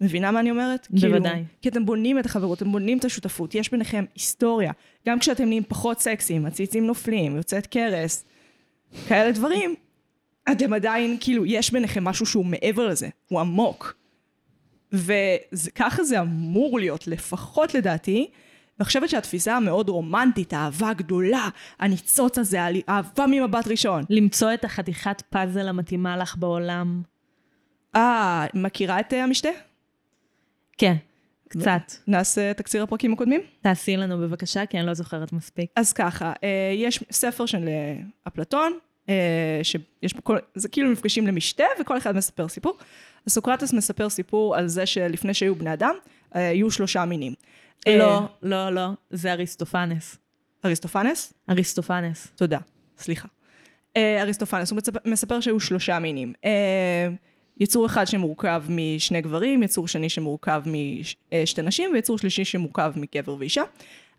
A: מבינה מה אני אומרת?
B: בוודאי.
A: כאילו, כי אתם בונים את החברות, אתם בונים את השותפות, יש ביניכם היסטוריה. גם כשאתם נהיים פחות סקסיים, הציצים נופלים, יוצאת קרס, כאלה דברים, אתם עדיין, כאילו, יש ביניכם משהו שהוא מעבר לזה, הוא עמוק. וככה זה אמור להיות, לפחות לדעתי. ואני חושבת שהתפיסה המאוד רומנטית, האהבה הגדולה, הניצוץ הזה, האהבה ממבט ראשון.
B: למצוא את החתיכת פאזל המתאימה לך בעולם.
A: אה, מכירה את אה, המשתה?
B: כן, קצת.
A: נעשה אה, תקציר הפרקים הקודמים?
B: תעשי לנו בבקשה, כי אני לא זוכרת מספיק.
A: אז ככה, אה, יש ספר של אה, אפלטון, אה, שיש בו כל, זה כאילו מפגשים למשתה וכל אחד מספר סיפור. אז סוקרטס מספר סיפור על זה שלפני שהיו בני אדם, אה, היו שלושה מינים. אה,
B: לא, לא, לא, זה אריסטופנס.
A: אריסטופנס?
B: אריסטופנס.
A: תודה, סליחה. אה, אריסטופנס, הוא מצפ- מספר שהיו שלושה מינים. אה, יצור אחד שמורכב משני גברים, יצור שני שמורכב משתי נשים, ויצור שלישי שמורכב מגבר ואישה.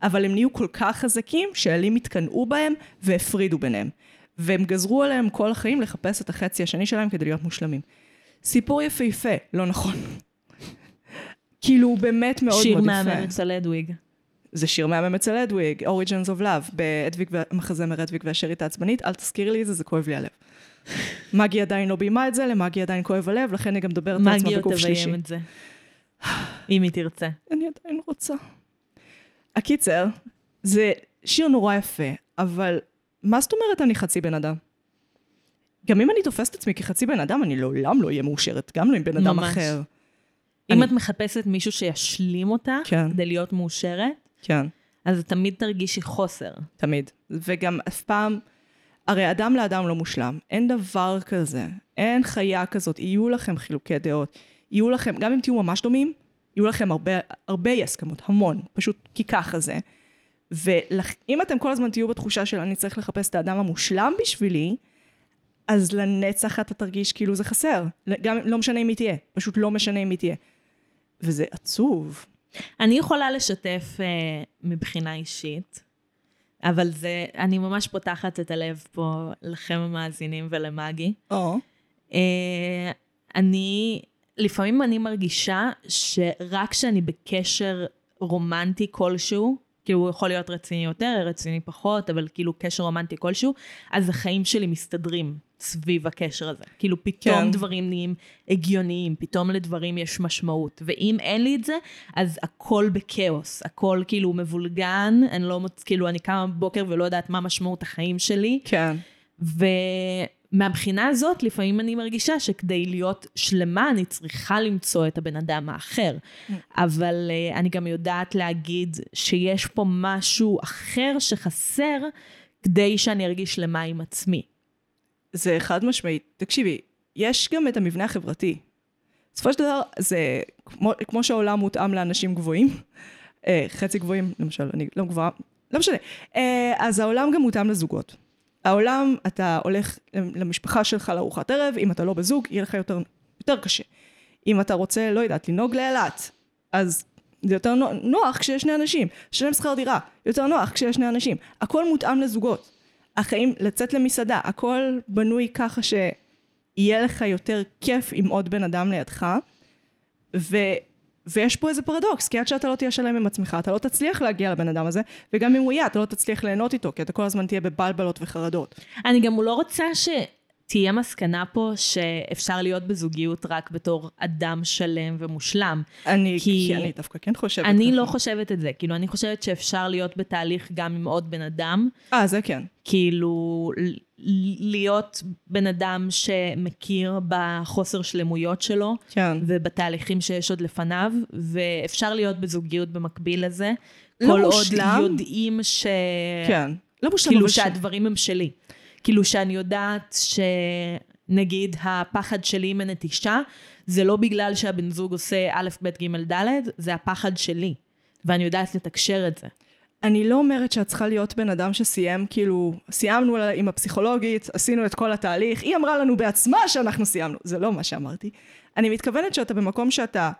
A: אבל הם נהיו כל כך חזקים, שהאלים התקנאו בהם והפרידו ביניהם. והם גזרו עליהם כל החיים לחפש את החצי השני שלהם כדי להיות מושלמים. סיפור יפהפה, לא נכון. [LAUGHS] כאילו, הוא באמת מאוד מאוד יפה.
B: שיר מהמם אצל אדוויג.
A: זה שיר מהמם אצל אדוויג, Origins of Love, באדוויג, וה- מחזמר אדוויג והשארית העצבנית, אל תזכירי לי את זה, זה כואב לי הלב. מגי עדיין לא ביימה את זה, למגי עדיין כואב הלב, לכן היא גם מדברת על עצמה
B: מגי עוד
A: בגוף שלישי.
B: תביים את זה. אם היא תרצה.
A: אני עדיין רוצה. הקיצר, זה שיר נורא יפה, אבל מה זאת אומרת אני חצי בן אדם? גם אם אני תופסת עצמי כחצי בן אדם, אני לעולם לא אהיה מאושרת, גם לא עם בן אדם
B: ממש.
A: אחר.
B: אם
A: אני-
B: את מחפשת מישהו שישלים אותה,
A: כן.
B: כדי להיות מאושרת,
A: כן.
B: אז את תמיד תרגישי חוסר.
A: תמיד. וגם אף פעם, הרי אדם לאדם לא מושלם. אין דבר כזה. אין חיה כזאת. יהיו לכם חילוקי דעות. יהיו לכם, גם אם תהיו ממש דומים, יהיו לכם הרבה, הרבה אי הסכמות, המון. פשוט כי ככה זה. ואם אתם כל הזמן תהיו בתחושה של אני צריך לחפש את האדם המושלם בשבילי, אז לנצח אתה תרגיש כאילו זה חסר. גם לא משנה אם היא תהיה. פשוט לא משנה אם היא תהיה. וזה עצוב.
B: אני יכולה לשתף אה, מבחינה אישית, אבל זה, אני ממש פותחת את הלב פה לכם המאזינים ולמאגי.
A: או.
B: אה, אני, לפעמים אני מרגישה שרק כשאני בקשר רומנטי כלשהו, כאילו הוא יכול להיות רציני יותר, רציני פחות, אבל כאילו קשר רומנטי כלשהו, אז החיים שלי מסתדרים סביב הקשר הזה. כאילו פתאום
A: כן.
B: כן. דברים נהיים הגיוניים, פתאום לדברים יש משמעות. ואם אין לי את זה, אז הכל בכאוס, הכל כאילו מבולגן, אני לא, מוצ- כאילו אני קמה בבוקר ולא יודעת מה משמעות החיים שלי.
A: כן.
B: ומהבחינה הזאת, לפעמים אני מרגישה שכדי להיות שלמה, אני צריכה למצוא את הבן אדם האחר. אבל אה, אני גם יודעת להגיד שיש פה משהו אחר שחסר, כדי שאני ארגיש שלמה עם עצמי.
A: זה חד משמעית. תקשיבי, יש גם את המבנה החברתי. בסופו של דבר, זה כמו, כמו שהעולם מותאם לאנשים גבוהים, אה, חצי גבוהים, למשל, אני לא גבוהה, לא משנה. אה, אז העולם גם מותאם לזוגות. העולם, אתה הולך למשפחה שלך לארוחת ערב, אם אתה לא בזוג, יהיה לך יותר, יותר קשה. אם אתה רוצה, לא יודעת, לנהוג לאילת, אז זה יותר נו- נוח כשיש שני אנשים. לשלם שכר דירה, יותר נוח כשיש שני אנשים. הכל מותאם לזוגות. החיים, לצאת למסעדה, הכל בנוי ככה שיהיה לך יותר כיף עם עוד בן אדם לידך, ו... ויש פה איזה פרדוקס, כי עד שאתה לא תהיה שלם עם עצמך, אתה לא תצליח להגיע לבן אדם הזה, וגם אם הוא יהיה, אתה לא תצליח ליהנות איתו, כי אתה כל הזמן תהיה בבלבלות וחרדות.
B: אני גם לא רוצה שתהיה מסקנה פה שאפשר להיות בזוגיות רק בתור אדם שלם ומושלם.
A: אני,
B: כי-
A: כי... כי אני דווקא כן חושבת
B: אני
A: ככה.
B: לא חושבת את זה. כאילו, אני חושבת שאפשר להיות בתהליך גם עם עוד בן אדם.
A: אה, זה כן.
B: כאילו ל- להיות בן אדם שמכיר בחוסר שלמויות שלו
A: כן.
B: ובתהליכים שיש עוד לפניו, ואפשר להיות בזוגיות במקביל לזה.
A: לא
B: כל
A: מושלם.
B: עוד יודעים ש...
A: כן. לא מושלם,
B: כאילו
A: אבל ש-
B: שהדברים הם שלי. כאילו שאני יודעת שנגיד הפחד שלי מנטישה, זה לא בגלל שהבן זוג עושה א', ב', ג', ד', זה הפחד שלי. ואני יודעת לתקשר את זה.
A: אני לא אומרת שאת צריכה להיות בן אדם שסיים, כאילו, סיימנו לה- עם הפסיכולוגית, עשינו את כל התהליך, היא אמרה לנו בעצמה שאנחנו סיימנו. זה לא מה שאמרתי. אני מתכוונת שאתה במקום שאתה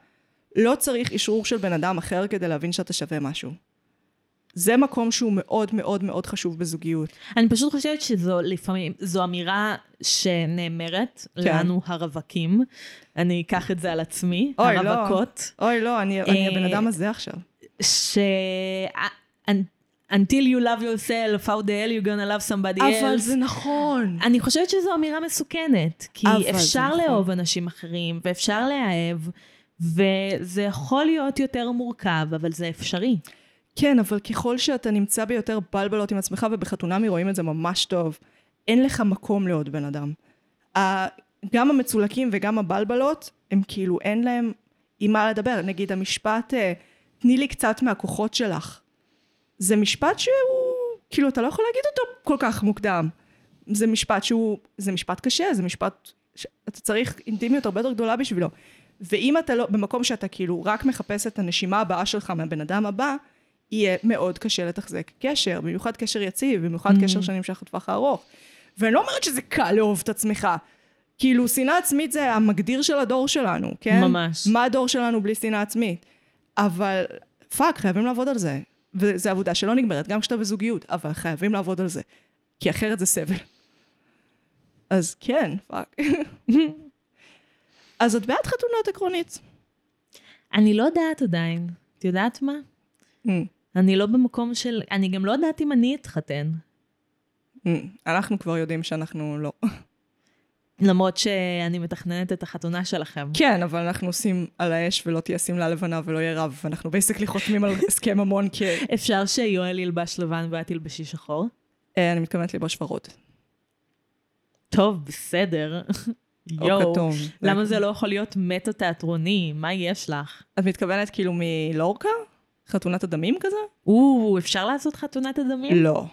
A: לא צריך אשרור של בן אדם אחר כדי להבין שאתה שווה משהו. זה מקום שהוא מאוד מאוד מאוד חשוב בזוגיות.
B: אני פשוט חושבת שזו לפעמים, זו אמירה שנאמרת
A: כן.
B: כן. לנו הרווקים. אני אקח את זה על עצמי,
A: אוי, לא.
B: הרווקות.
A: אוי, לא, אני, אני הבן
B: אה,
A: אדם הזה עכשיו.
B: ש... אה, until you love yourself, how the hell you gonna love somebody else.
A: אבל זה נכון.
B: אני חושבת שזו אמירה מסוכנת, כי
A: אבל זה
B: אפשר
A: נכון.
B: לאהוב אנשים אחרים, ואפשר לאהב, וזה יכול להיות יותר מורכב, אבל זה אפשרי.
A: כן, אבל ככל שאתה נמצא ביותר בלבלות עם עצמך, ובחתונמי רואים את זה ממש טוב, אין לך מקום לעוד בן אדם. ה- גם המצולקים וגם הבלבלות, הם כאילו אין להם עם מה לדבר. נגיד המשפט, אה, תני לי קצת מהכוחות שלך. זה משפט שהוא, כאילו, אתה לא יכול להגיד אותו כל כך מוקדם. זה משפט שהוא, זה משפט קשה, זה משפט שאתה צריך אינטימיות הרבה יותר גדולה בשבילו. ואם אתה לא, במקום שאתה כאילו רק מחפש את הנשימה הבאה שלך מהבן אדם הבא, יהיה מאוד קשה לתחזק קשר, במיוחד קשר יציב, במיוחד קשר שנמשך לטווח הארוך. ואני לא אומרת שזה קל לאהוב את עצמך. כאילו, שנאה עצמית זה המגדיר של הדור שלנו, כן?
B: ממש.
A: מה הדור שלנו בלי שנאה עצמית? אבל פאק, חייבים לעבוד על זה. וזו עבודה שלא נגמרת, גם כשאתה בזוגיות, אבל חייבים לעבוד על זה. כי אחרת זה סבל. אז כן, פאק. אז את בעד חתונות עקרונית.
B: אני לא יודעת עדיין. את יודעת מה?
A: Mm,
B: אני לא במקום של... אני גם לא יודעת אם אני אתחתן.
A: mm. אנחנו כבר יודעים שאנחנו לא.
B: למרות שאני מתכננת את החתונה שלכם.
A: כן, אבל אנחנו עושים על האש ולא תהיה שמלה לבנה ולא יהיה רב, ואנחנו בייסקלי חותמים על הסכם המון כ...
B: [LAUGHS] אפשר שיואל ילבש לבן ואת תלבשי שחור?
A: אה, אני מתכוונת ללבוש ורוד.
B: טוב, בסדר.
A: או כתום.
B: למה זה לא יכול להיות מטה תיאטרוני? מה יש לך?
A: את מתכוונת כאילו מלורקה? חתונת הדמים כזה?
B: או, אפשר לעשות חתונת הדמים?
A: לא.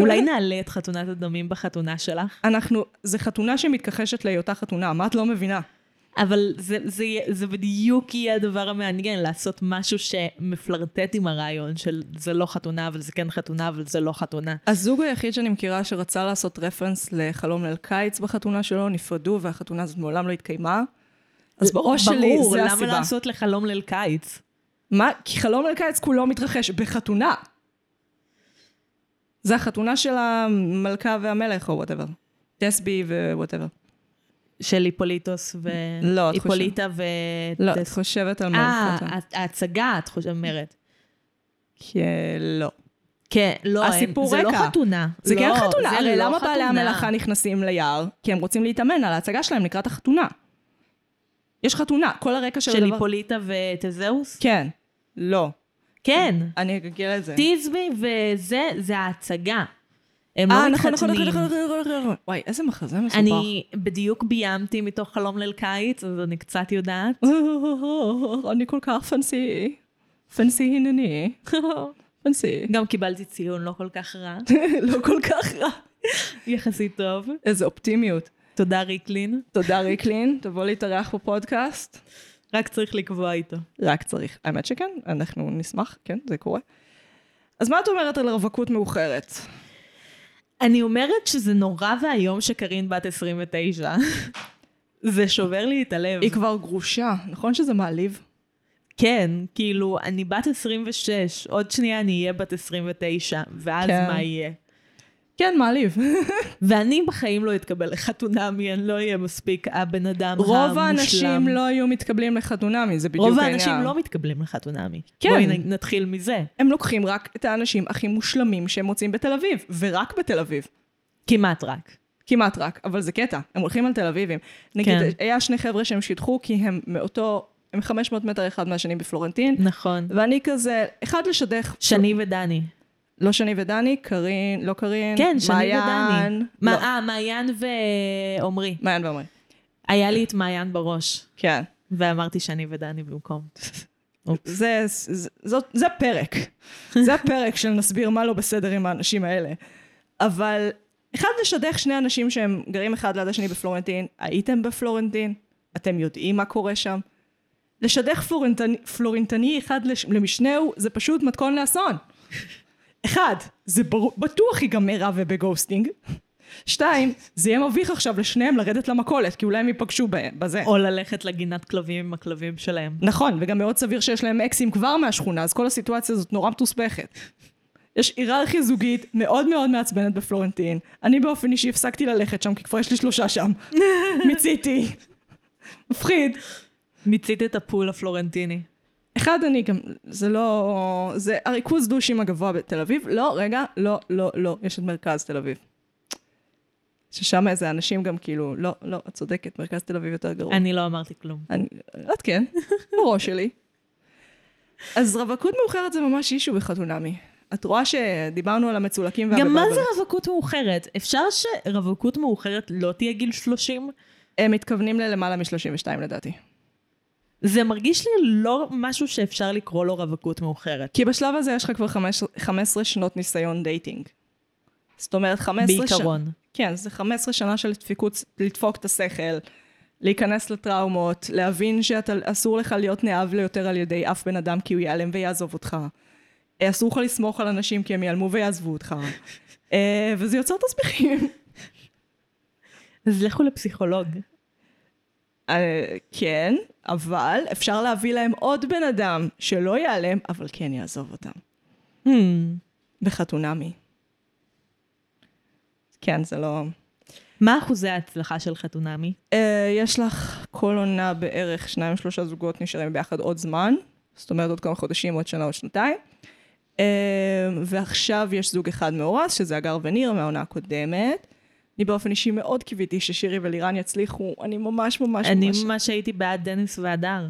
B: אולי נעלה את חתונת הדמים בחתונה שלך?
A: אנחנו, זה חתונה שמתכחשת להיותה חתונה, מה את לא מבינה?
B: אבל זה, זה, יהיה- זה בדיוק יהיה הדבר המעניין, לעשות משהו שמפלרטט עם הרעיון של זה לא חתונה, אבל זה כן חתונה, אבל זה לא חתונה.
A: הזוג היחיד שאני מכירה שרצה לעשות רפרנס לחלום ליל קיץ בחתונה שלו, נפרדו והחתונה הזאת מעולם לא התקיימה. אז בראש שלי
B: ברור,
A: זה
B: למה
A: הסיבה.
B: לעשות לחלום ליל קיץ?
A: מה? כי חלום ליל קיץ כולו מתרחש בחתונה. זה החתונה של המלכה והמלך או וואטאבר. דסבי ווואטאבר.
B: של היפוליטוס ו...
A: לא, את חושבת-
B: היפוליטה ו...
A: לא, את חושבת על
B: אה,
A: מלכות. ה-
B: ההצגה, את חושבת.
A: כן, לא.
B: כן, לא, אין-
A: הסיפור
B: זה לא
A: רקע.
B: חתונה.
A: זה
B: לא,
A: כן חתונה,
B: זה
A: הרי
B: לא
A: למה בעלי
B: חתונה.
A: המלאכה נכנסים ליער? כי הם רוצים להתאמן על ההצגה שלהם לקראת החתונה. יש חתונה, כל הרקע של
B: של
A: הדבר...
B: היפוליטה ותזהוס?
A: כן. לא.
B: כן.
A: אני אגיע לזה.
B: טיזבי וזה, זה ההצגה. הם לא
A: אה, נכון, נכון, נכון,
B: מתחתנים.
A: נכון, נכון, נכון, נכון. וואי, איזה מחזה מסופח.
B: אני בדיוק ביימתי מתוך חלום ליל קיץ, אז אני קצת יודעת. [LAUGHS]
A: [LAUGHS] אני כל כך פנסי. פנסי הנני. פנסי.
B: גם קיבלתי ציון לא כל כך רע,
A: [LAUGHS] לא כל כך רע.
B: יחסית טוב.
A: איזה אופטימיות.
B: תודה ריקלין,
A: תודה ריקלין, תבוא להתארח בפודקאסט.
B: רק צריך לקבוע איתו.
A: רק צריך. האמת שכן, אנחנו נשמח, כן, זה קורה. אז מה את אומרת על רווקות מאוחרת?
B: אני אומרת שזה נורא ואיום שקרין בת 29. [LAUGHS] זה שובר לי את הלב.
A: היא כבר גרושה, נכון שזה מעליב?
B: כן, כאילו, אני בת 26, עוד שנייה אני אהיה בת 29, ואז
A: כן.
B: מה יהיה?
A: כן, [LAUGHS] מעליב.
B: ואני בחיים לא אתקבל לחתונה, מי אני לא אהיה מספיק הבן אדם המושלם.
A: רוב האנשים לא היו מתקבלים לחתונמי, זה בדיוק
B: רוב
A: העניין.
B: האנשים לא מתקבלים לחתונמי.
A: כן.
B: בואי נ- נתחיל מזה.
A: הם לוקחים רק את האנשים הכי מושלמים שהם מוצאים בתל אביב, ורק בתל אביב.
B: כמעט רק.
A: כמעט רק, אבל זה קטע, הם הולכים על תל אביבים. נגיד,
B: כן.
A: היה שני חבר'ה שהם שידחו כי הם מאותו, הם 500 מטר אחד מהשני בפלורנטין,
B: נכון.
A: ואני כזה, אחד לשדך,
B: שני ודני.
A: לא שני ודני, קארין, לא קארין,
B: כן, שני
A: מעיין,
B: ודני.
A: לא,
B: מה- אה, מעיין ועומרי.
A: מעיין ועמרי,
B: היה לי את מעיין בראש,
A: כן.
B: ואמרתי שני ודני במקום.
A: זה, זה, זאת, זה פרק. זה הפרק של נסביר מה לא בסדר עם האנשים האלה. אבל אחד לשדך שני אנשים שהם גרים אחד ליד השני בפלורנטין, הייתם בפלורנטין, אתם יודעים מה קורה שם. לשדך פלורנטני, פלורנטני אחד לש, למשנהו זה פשוט מתכון לאסון. אחד, זה ברור, בטוח ייגמר רע ובגוסטינג. שתיים, זה יהיה מביך עכשיו לשניהם לרדת למכולת, כי אולי הם ייפגשו ב- בזה.
B: או ללכת לגינת כלבים עם הכלבים שלהם.
A: נכון, וגם מאוד סביר שיש להם אקסים כבר מהשכונה, אז כל הסיטואציה הזאת נורא מתוסבכת. יש היררכיה זוגית מאוד מאוד מעצבנת בפלורנטין. אני באופן אישי הפסקתי ללכת שם, כי כבר יש לי שלושה שם. מיציתי. מפחיד.
B: מיצית את הפול הפלורנטיני.
A: אחד, אני גם, זה לא... זה הריכוז דושים הגבוה בתל אביב. לא, רגע, לא, לא, לא, יש את מרכז תל אביב. ששם איזה אנשים גם כאילו, לא, לא, את צודקת, מרכז תל אביב יותר גרוע.
B: אני לא אמרתי כלום.
A: אני,
B: אה,
A: את כן, [LAUGHS] בראש שלי. אז רווקות מאוחרת זה ממש אישו בחתונמי. את רואה שדיברנו על המצולקים
B: גם מה
A: והבבלות.
B: זה רווקות מאוחרת? אפשר שרווקות מאוחרת לא תהיה גיל 30?
A: הם מתכוונים ללמעלה מ-32 לדעתי.
B: זה מרגיש לי לא משהו שאפשר לקרוא לו רווקות מאוחרת.
A: כי בשלב הזה יש לך כבר חמש- 15 שנות ניסיון דייטינג. זאת אומרת, 15 שנה...
B: בעיקרון.
A: כן, זה 15 שנה של דפיקות, לדפוק את השכל, להיכנס לטראומות, להבין שאסור לך להיות נאהב ליותר על ידי אף בן אדם כי הוא ייעלם ויעזוב אותך. אה, אסור לך לסמוך על אנשים כי הם ייעלמו ויעזבו אותך. אה, וזה יוצר תסביכים.
B: אז לכו לפסיכולוג.
A: אה, כן, אבל אפשר להביא להם עוד בן אדם שלא ייעלם, אבל כן יעזוב אותם. בחתונמי. כן, זה לא...
B: מה אחוזי ההצלחה של חתונמי?
A: אה, יש לך כל עונה בערך שניים שלושה זוגות נשארים ביחד עוד זמן, זאת אומרת עוד כמה חודשים, עוד שנה, עוד שנתיים. אה, ועכשיו יש זוג אחד מאורס, שזה הגר וניר מהעונה הקודמת. אני באופן אישי מאוד קיוויתי ששירי ולירן יצליחו, אני ממש ממש
B: אני
A: ממש...
B: ממש הייתי בעד דניס והדר.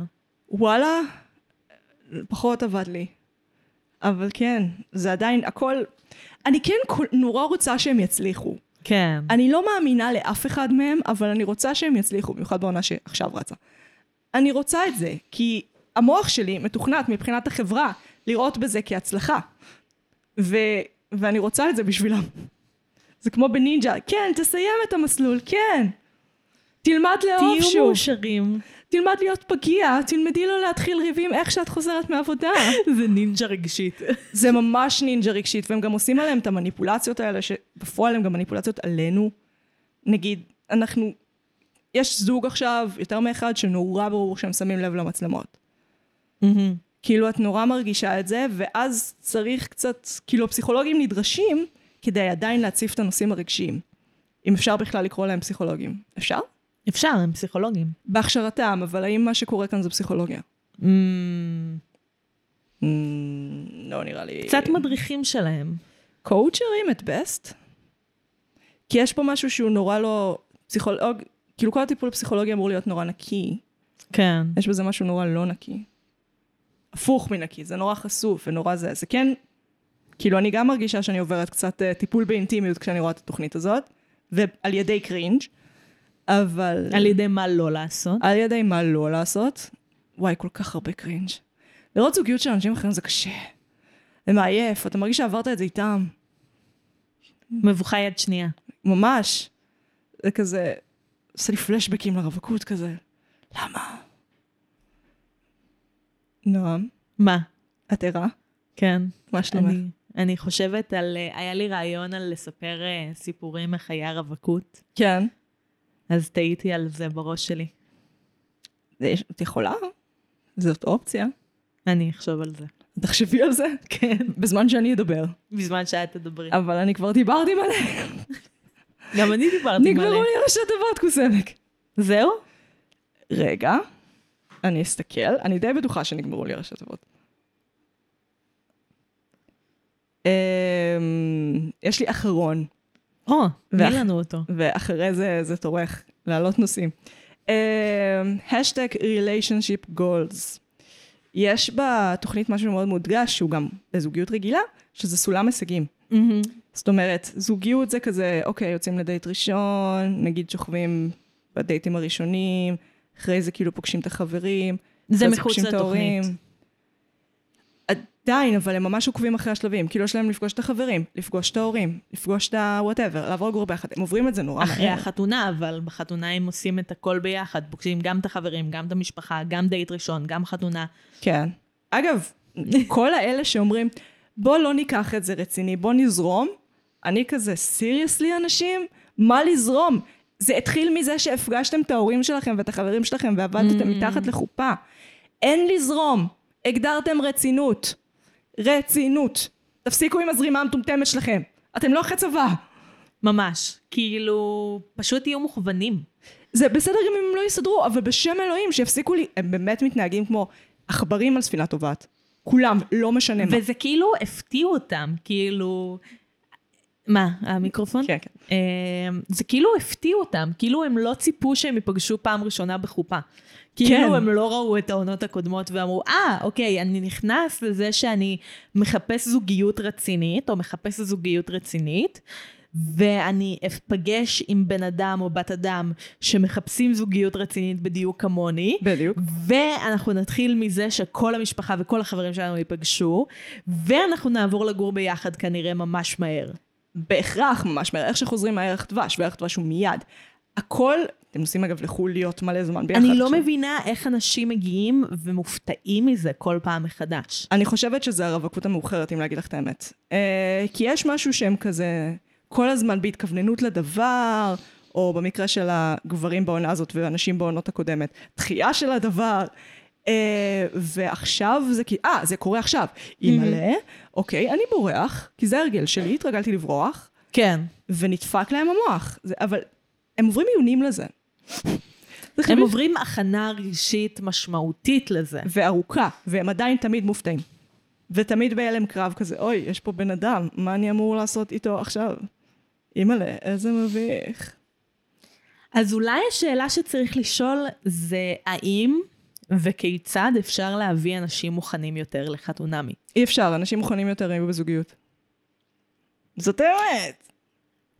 A: וואלה, פחות עבד לי. אבל כן, זה עדיין הכל... אני כן כל- נורא רוצה שהם יצליחו.
B: כן.
A: אני לא מאמינה לאף אחד מהם, אבל אני רוצה שהם יצליחו, במיוחד בעונה שעכשיו רצה. אני רוצה את זה, כי המוח שלי מתוכנת מבחינת החברה לראות בזה כהצלחה. ו... ואני רוצה את זה בשבילם. זה כמו בנינג'ה, כן, תסיים את המסלול, כן. תלמד לאהוב
B: תהיו
A: שוב,
B: מאושרים.
A: תלמד להיות פגיע, תלמדי לא להתחיל ריבים איך שאת חוזרת מעבודה.
B: [LAUGHS] זה נינג'ה רגשית.
A: [LAUGHS] זה ממש נינג'ה רגשית, והם גם עושים עליהם את המניפולציות האלה, שבפועל הם גם מניפולציות עלינו. נגיד, אנחנו, יש זוג עכשיו, יותר מאחד, שנורא ברור שהם שמים לב למצלמות. כאילו, את נורא מרגישה את זה, ואז צריך קצת, כאילו, הפסיכולוגים נדרשים כדי עדיין להציף את הנושאים הרגשיים. אם אפשר בכלל לקרוא להם פסיכולוגים. אפשר?
B: אפשר, הם פסיכולוגים.
A: בהכשרתם, אבל האם מה שקורה כאן זה פסיכולוגיה? Mm, לא נראה לי...
B: קצת מדריכים שלהם.
A: קואוצ'רים את בסט? כי יש פה משהו שהוא נורא לא פסיכולוג, כאילו כל הטיפול הפסיכולוגי אמור להיות נורא נקי.
B: כן.
A: יש בזה משהו נורא לא נקי. הפוך מנקי, זה נורא חשוף ונורא זה. זה כן, כאילו אני גם מרגישה שאני עוברת קצת אה, טיפול באינטימיות כשאני רואה את התוכנית הזאת, ועל ידי קרינג', אבל...
B: על ידי מה לא לעשות.
A: על ידי מה לא לעשות. וואי, כל כך הרבה קרינג'. לראות זוגיות של אנשים אחרים זה קשה. זה מעייף, אתה מרגיש שעברת את זה איתם.
B: מבוכה יד שנייה.
A: ממש. זה כזה, עושה לי פלשבקים לרווקות כזה. למה? נועם,
B: מה?
A: את ערה?
B: כן.
A: מה שלומך?
B: אני- אני חושבת על... אה, היה לי רעיון על לספר אה, סיפורים מחיי הרווקות,
A: כן.
B: אז תהיתי על זה בראש שלי.
A: את יכולה? זאת אופציה.
B: אני אחשוב על זה.
A: תחשבי על זה. כן. בזמן שאני אדבר.
B: בזמן שאת תדברי.
A: אבל אני כבר דיברתי מלא.
B: גם אני דיברתי מלא.
A: נגמרו לי ראשי תיבות קוסמק.
B: זהו?
A: רגע, אני אסתכל, אני די בטוחה שנגמרו לי ראשי תיבות. אמ, יש לי אחרון,
B: או, תני
A: ואח-
B: לנו אותו.
A: ואחרי זה זה טורח להעלות נושאים. השטג Relationship Goals. יש בתוכנית משהו מאוד מודגש, שהוא גם בזוגיות רגילה, שזה סולם הישגים. זאת אומרת, זוגיות זה כזה, אוקיי, יוצאים לדייט ראשון, נגיד שוכבים בדייטים הראשונים, אחרי זה כאילו פוגשים את החברים.
B: זה
A: אחרי
B: מחוץ
A: פוגשים את
B: לתוכנית.
A: ההורים. עדיין, אבל הם ממש עוקבים אחרי השלבים. כאילו, יש להם לפגוש את החברים, לפגוש את ההורים, לפגוש את ה-whatever, לעבור לגור ביחד. הם עוברים את זה נורא מהר.
B: אחרי אה, החתונה, אבל בחתונה הם עושים את הכל ביחד. פוגשים גם את החברים, גם את המשפחה, גם דייט ראשון, גם חתונה.
A: כן. אגב, כל האלה שאומרים, בוא לא ניקח את זה רציני, בוא נזרום, אני כזה, סיריוסלי אנשים? מה לזרום? זה התחיל מזה שהפגשתם את ההורים שלכם ואת החברים שלכם ועבדתם מתחת לחופה. אין לזרום. הגדרתם רצינות. רצינות. תפסיקו עם הזרימה המטומטמת שלכם. אתם לא אחרי צבא.
B: ממש. כאילו, פשוט יהיו מוכוונים.
A: זה בסדר גם אם הם לא יסדרו, אבל בשם אלוהים, שיפסיקו לי... הם באמת מתנהגים כמו עכברים על ספינה טובעת. כולם, לא משנה מה.
B: וזה כאילו הפתיע אותם, כאילו... מה, המיקרופון?
A: כן, כן.
B: אמ, זה כאילו הפתיע אותם, כאילו הם לא ציפו שהם ייפגשו פעם ראשונה בחופה. כאילו
A: כן.
B: הם לא ראו את העונות הקודמות ואמרו, אה, אוקיי, אני נכנס לזה שאני מחפש זוגיות רצינית, או מחפש זוגיות רצינית, ואני אפגש עם בן אדם או בת אדם שמחפשים זוגיות רצינית בדיוק כמוני.
A: בדיוק.
B: ואנחנו נתחיל מזה שכל המשפחה וכל החברים שלנו ייפגשו, ואנחנו נעבור לגור ביחד כנראה ממש מהר.
A: בהכרח ממש מהר, איך שחוזרים מהערך דבש, והערך דבש הוא מיד. הכל, אתם נוסעים אגב לחו"ל להיות מלא זמן ביחד.
B: אני לא
A: עכשיו.
B: מבינה איך אנשים מגיעים ומופתעים מזה כל פעם מחדש.
A: אני חושבת שזה הרווקות המאוחרת, אם להגיד לך את האמת. אה, כי יש משהו שהם כזה כל הזמן בהתכווננות לדבר, או במקרה של הגברים בעונה הזאת והנשים בעונות הקודמת, דחייה של הדבר. אה, ועכשיו זה כי, אה, זה קורה עכשיו. אימא'לה, אוקיי, אני בורח, כי זה הרגל שלי, התרגלתי לברוח,
B: כן.
A: ונדפק להם המוח. זה, אבל הם עוברים עיונים לזה. זה
B: הם
A: חייבים-
B: עוברים הכנה רגשית משמעותית לזה.
A: וארוכה, והם עדיין תמיד מופתעים. ותמיד בהלם קרב כזה, אוי, יש פה בן אדם, מה אני אמור לעשות איתו עכשיו? אימא'לה, איזה מביך.
B: אז אולי השאלה שצריך לשאול זה האם וכיצד אפשר להביא אנשים מוכנים יותר לחתונמי.
A: אי אפשר, אנשים מוכנים יותר היו בזוגיות. זאת האמת.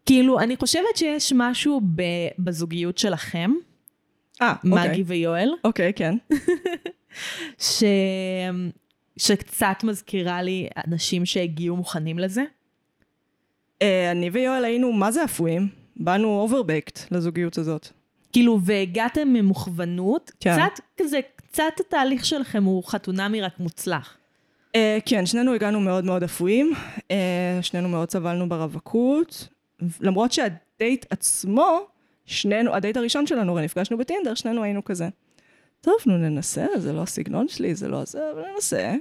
B: כאילו, אני חושבת שיש משהו ב- בזוגיות שלכם,
A: אה,
B: מגי
A: אוקיי.
B: ויואל,
A: אוקיי, כן.
B: ש... שקצת מזכירה לי אנשים שהגיעו מוכנים לזה.
A: אה, אני ויואל היינו, מה זה אפויים? באנו אוברבקט לזוגיות הזאת.
B: כאילו, והגעתם ממוכוונות,
A: כן.
B: קצת כזה, קצת התהליך שלכם הוא חתונמי רק מוצלח.
A: אה, כן, שנינו הגענו מאוד מאוד אפויים. אה, שנינו מאוד סבלנו ברווקות. למרות שהדייט עצמו, שנינו, הדייט הראשון שלנו, הרי נפגשנו בטינדר, שנינו היינו כזה. טוב, נו, ננסה, זה לא הסגנון שלי, זה לא זה, אבל ננסה.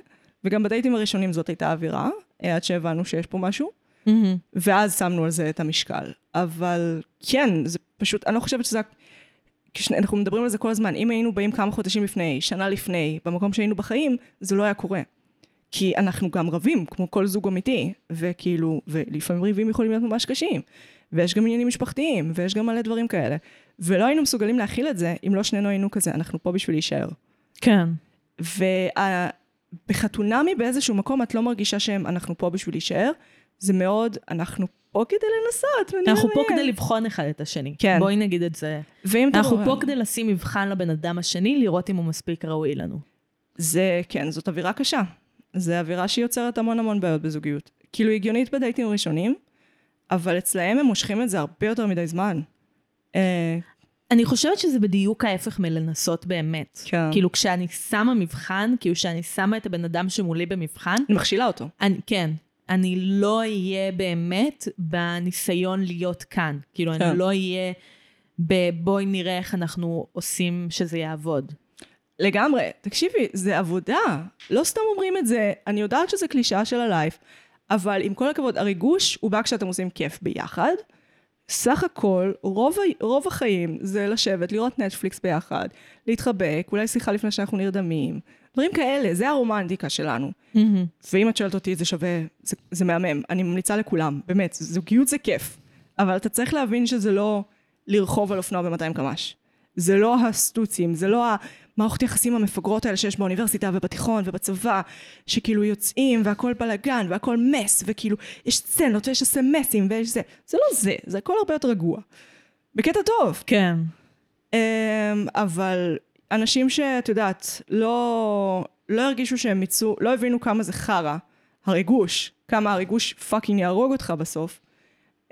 A: וגם בדייטים הראשונים זאת הייתה האווירה, אה, עד שהבנו שיש פה משהו. ואז שמנו על זה את המשקל. אבל כן, זה פשוט, אני לא חושבת שזה... כשנ- אנחנו מדברים על זה כל הזמן, אם היינו באים כמה חודשים לפני, שנה לפני, במקום שהיינו בחיים, זה לא היה קורה. כי אנחנו גם רבים, כמו כל זוג אמיתי, וכאילו, ולפעמים ריבים יכולים להיות ממש קשים, ויש גם עניינים משפחתיים, ויש גם מלא דברים כאלה. ולא היינו מסוגלים להכיל את זה, אם לא שנינו היינו כזה, אנחנו פה בשביל להישאר.
B: כן.
A: ובחתונמי באיזשהו מקום את לא מרגישה שהם, אנחנו פה בשביל להישאר, זה מאוד, אנחנו פה כדי לנסות, ונראה
B: אנחנו פה
A: מה יהיה."
B: כדי לבחון אחד את השני.
A: כן.
B: בואי נגיד את זה.
A: ואם לא
B: אנחנו
A: תראו-
B: פה כדי לשים מבחן לבן אדם השני, לראות אם הוא מספיק ראוי לנו.
A: זה, כן, זאת אווירה קשה. זו אווירה שיוצרת המון המון בעיות בזוגיות. כאילו, הגיונית בדייטים ראשונים, אבל אצלהם הם מושכים את זה הרבה יותר מדי זמן. אה,
B: אני חושבת שזה בדיוק ההפך מלנסות באמת.
A: כן.
B: כאילו, כשאני שמה מבחן, כאילו, כשאני שמה את הבן אדם שמולי במבחן,
A: אני מכשילה אותו.
B: אני, כן, אני לא אהיה באמת בניסיון להיות כאן. כאילו,
A: כן.
B: אני לא אהיה בבואי נראה איך אנחנו עושים שזה יעבוד.
A: לגמרי. תקשיבי, זה עבודה. לא סתם אומרים את זה, אני יודעת שזה קלישאה של הלייף, אבל עם כל הכבוד, הריגוש הוא בא כשאתם עושים כיף ביחד. סך הכל, רוב, ה- רוב החיים זה לשבת, לראות נטפליקס ביחד, להתחבק, אולי שיחה לפני שאנחנו נרדמים. דברים כאלה, זה הרומנטיקה שלנו. ואם את שואלת אותי, זה שווה, זה, זה מהמם. אני ממליצה לכולם, באמת, זוגיות זה כיף. אבל אתה צריך להבין שזה לא לרכוב על אופנוע ב-200 קמ"ש. זה לא הסטוצים, זה לא המערכות יחסים המפגרות האלה שיש באוניברסיטה ובתיכון ובצבא, שכאילו יוצאים והכל בלאגן והכל מס, וכאילו יש סצנות ויש אסמסים ויש זה. זה לא זה, זה הכל הרבה יותר רגוע. בקטע טוב.
B: כן.
A: אמ, אבל אנשים שאת יודעת, לא, לא הרגישו שהם מיצו, לא הבינו כמה זה חרא, הריגוש, כמה הריגוש פאקינג יהרוג אותך בסוף,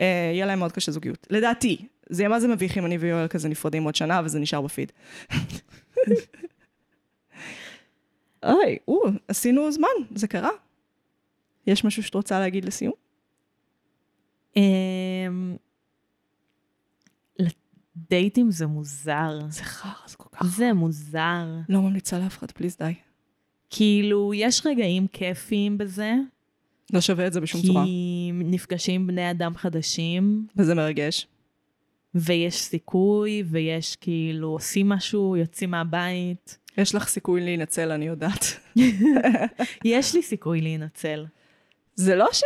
A: אה, יהיה להם מאוד קשה זוגיות. לדעתי, זה יהיה מה זה מביך אם אני ויואל כזה נפרדים עוד שנה וזה נשאר בפיד. אוי, או, עשינו זמן, זה קרה. יש משהו שאת רוצה להגיד לסיום?
B: אמ, דייטים זה מוזר.
A: זה חרא, זה כל כך...
B: זה מוזר.
A: לא ממליצה לאף אחד, פליז די.
B: כאילו, יש רגעים כיפיים בזה,
A: לא שווה את זה בשום
B: כי
A: צורה.
B: נפגשים בני אדם חדשים,
A: וזה מרגש.
B: ויש סיכוי, ויש כאילו, עושים משהו, יוצאים מהבית.
A: יש לך סיכוי להינצל, אני יודעת.
B: יש לי סיכוי להינצל.
A: [LAUGHS] זה לא ש...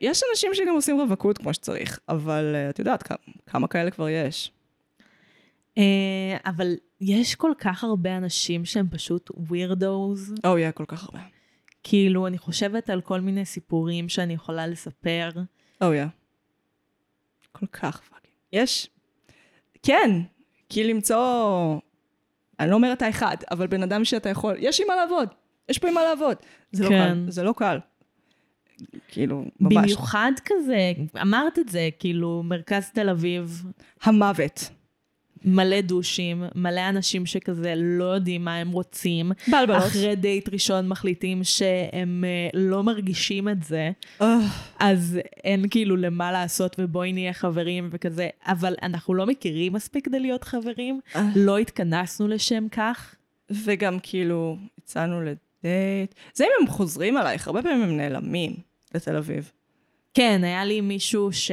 A: יש אנשים שגם עושים רווקות כמו שצריך, אבל אה, את יודעת כ- כמה כאלה כבר יש.
B: אה, אבל יש כל כך הרבה אנשים שהם פשוט ווירדוז.
A: או, יהיה Oh כל כך הרבה.
B: כאילו, אני חושבת על כל מיני סיפורים שאני יכולה לספר.
A: או, יהיה. Oh כל כך פאקינג. יש... כן, כי למצוא... אני לא אומרת האחד, אבל בן אדם שאתה יכול... יש עם מה לעבוד. יש פה עם מה לעבוד. זה לא
B: כן.
A: קל. זה לא קל. כאילו, ממש.
B: במיוחד כזה, אמרת את זה, כאילו, מרכז תל אביב,
A: המוות.
B: מלא דושים, מלא אנשים שכזה לא יודעים מה הם רוצים.
A: בלבלות.
B: אחרי דייט ראשון מחליטים שהם אה, לא מרגישים את זה,
A: אה,
B: אז אין כאילו למה לעשות ובואי נהיה חברים וכזה, אבל אנחנו לא מכירים מספיק כדי להיות חברים,
A: אה.
B: לא התכנסנו לשם כך.
A: וגם כאילו, יצאנו לדייט. זה אם הם חוזרים עלייך, הרבה פעמים הם נעלמים לתל אביב.
B: כן, היה לי מישהו ש...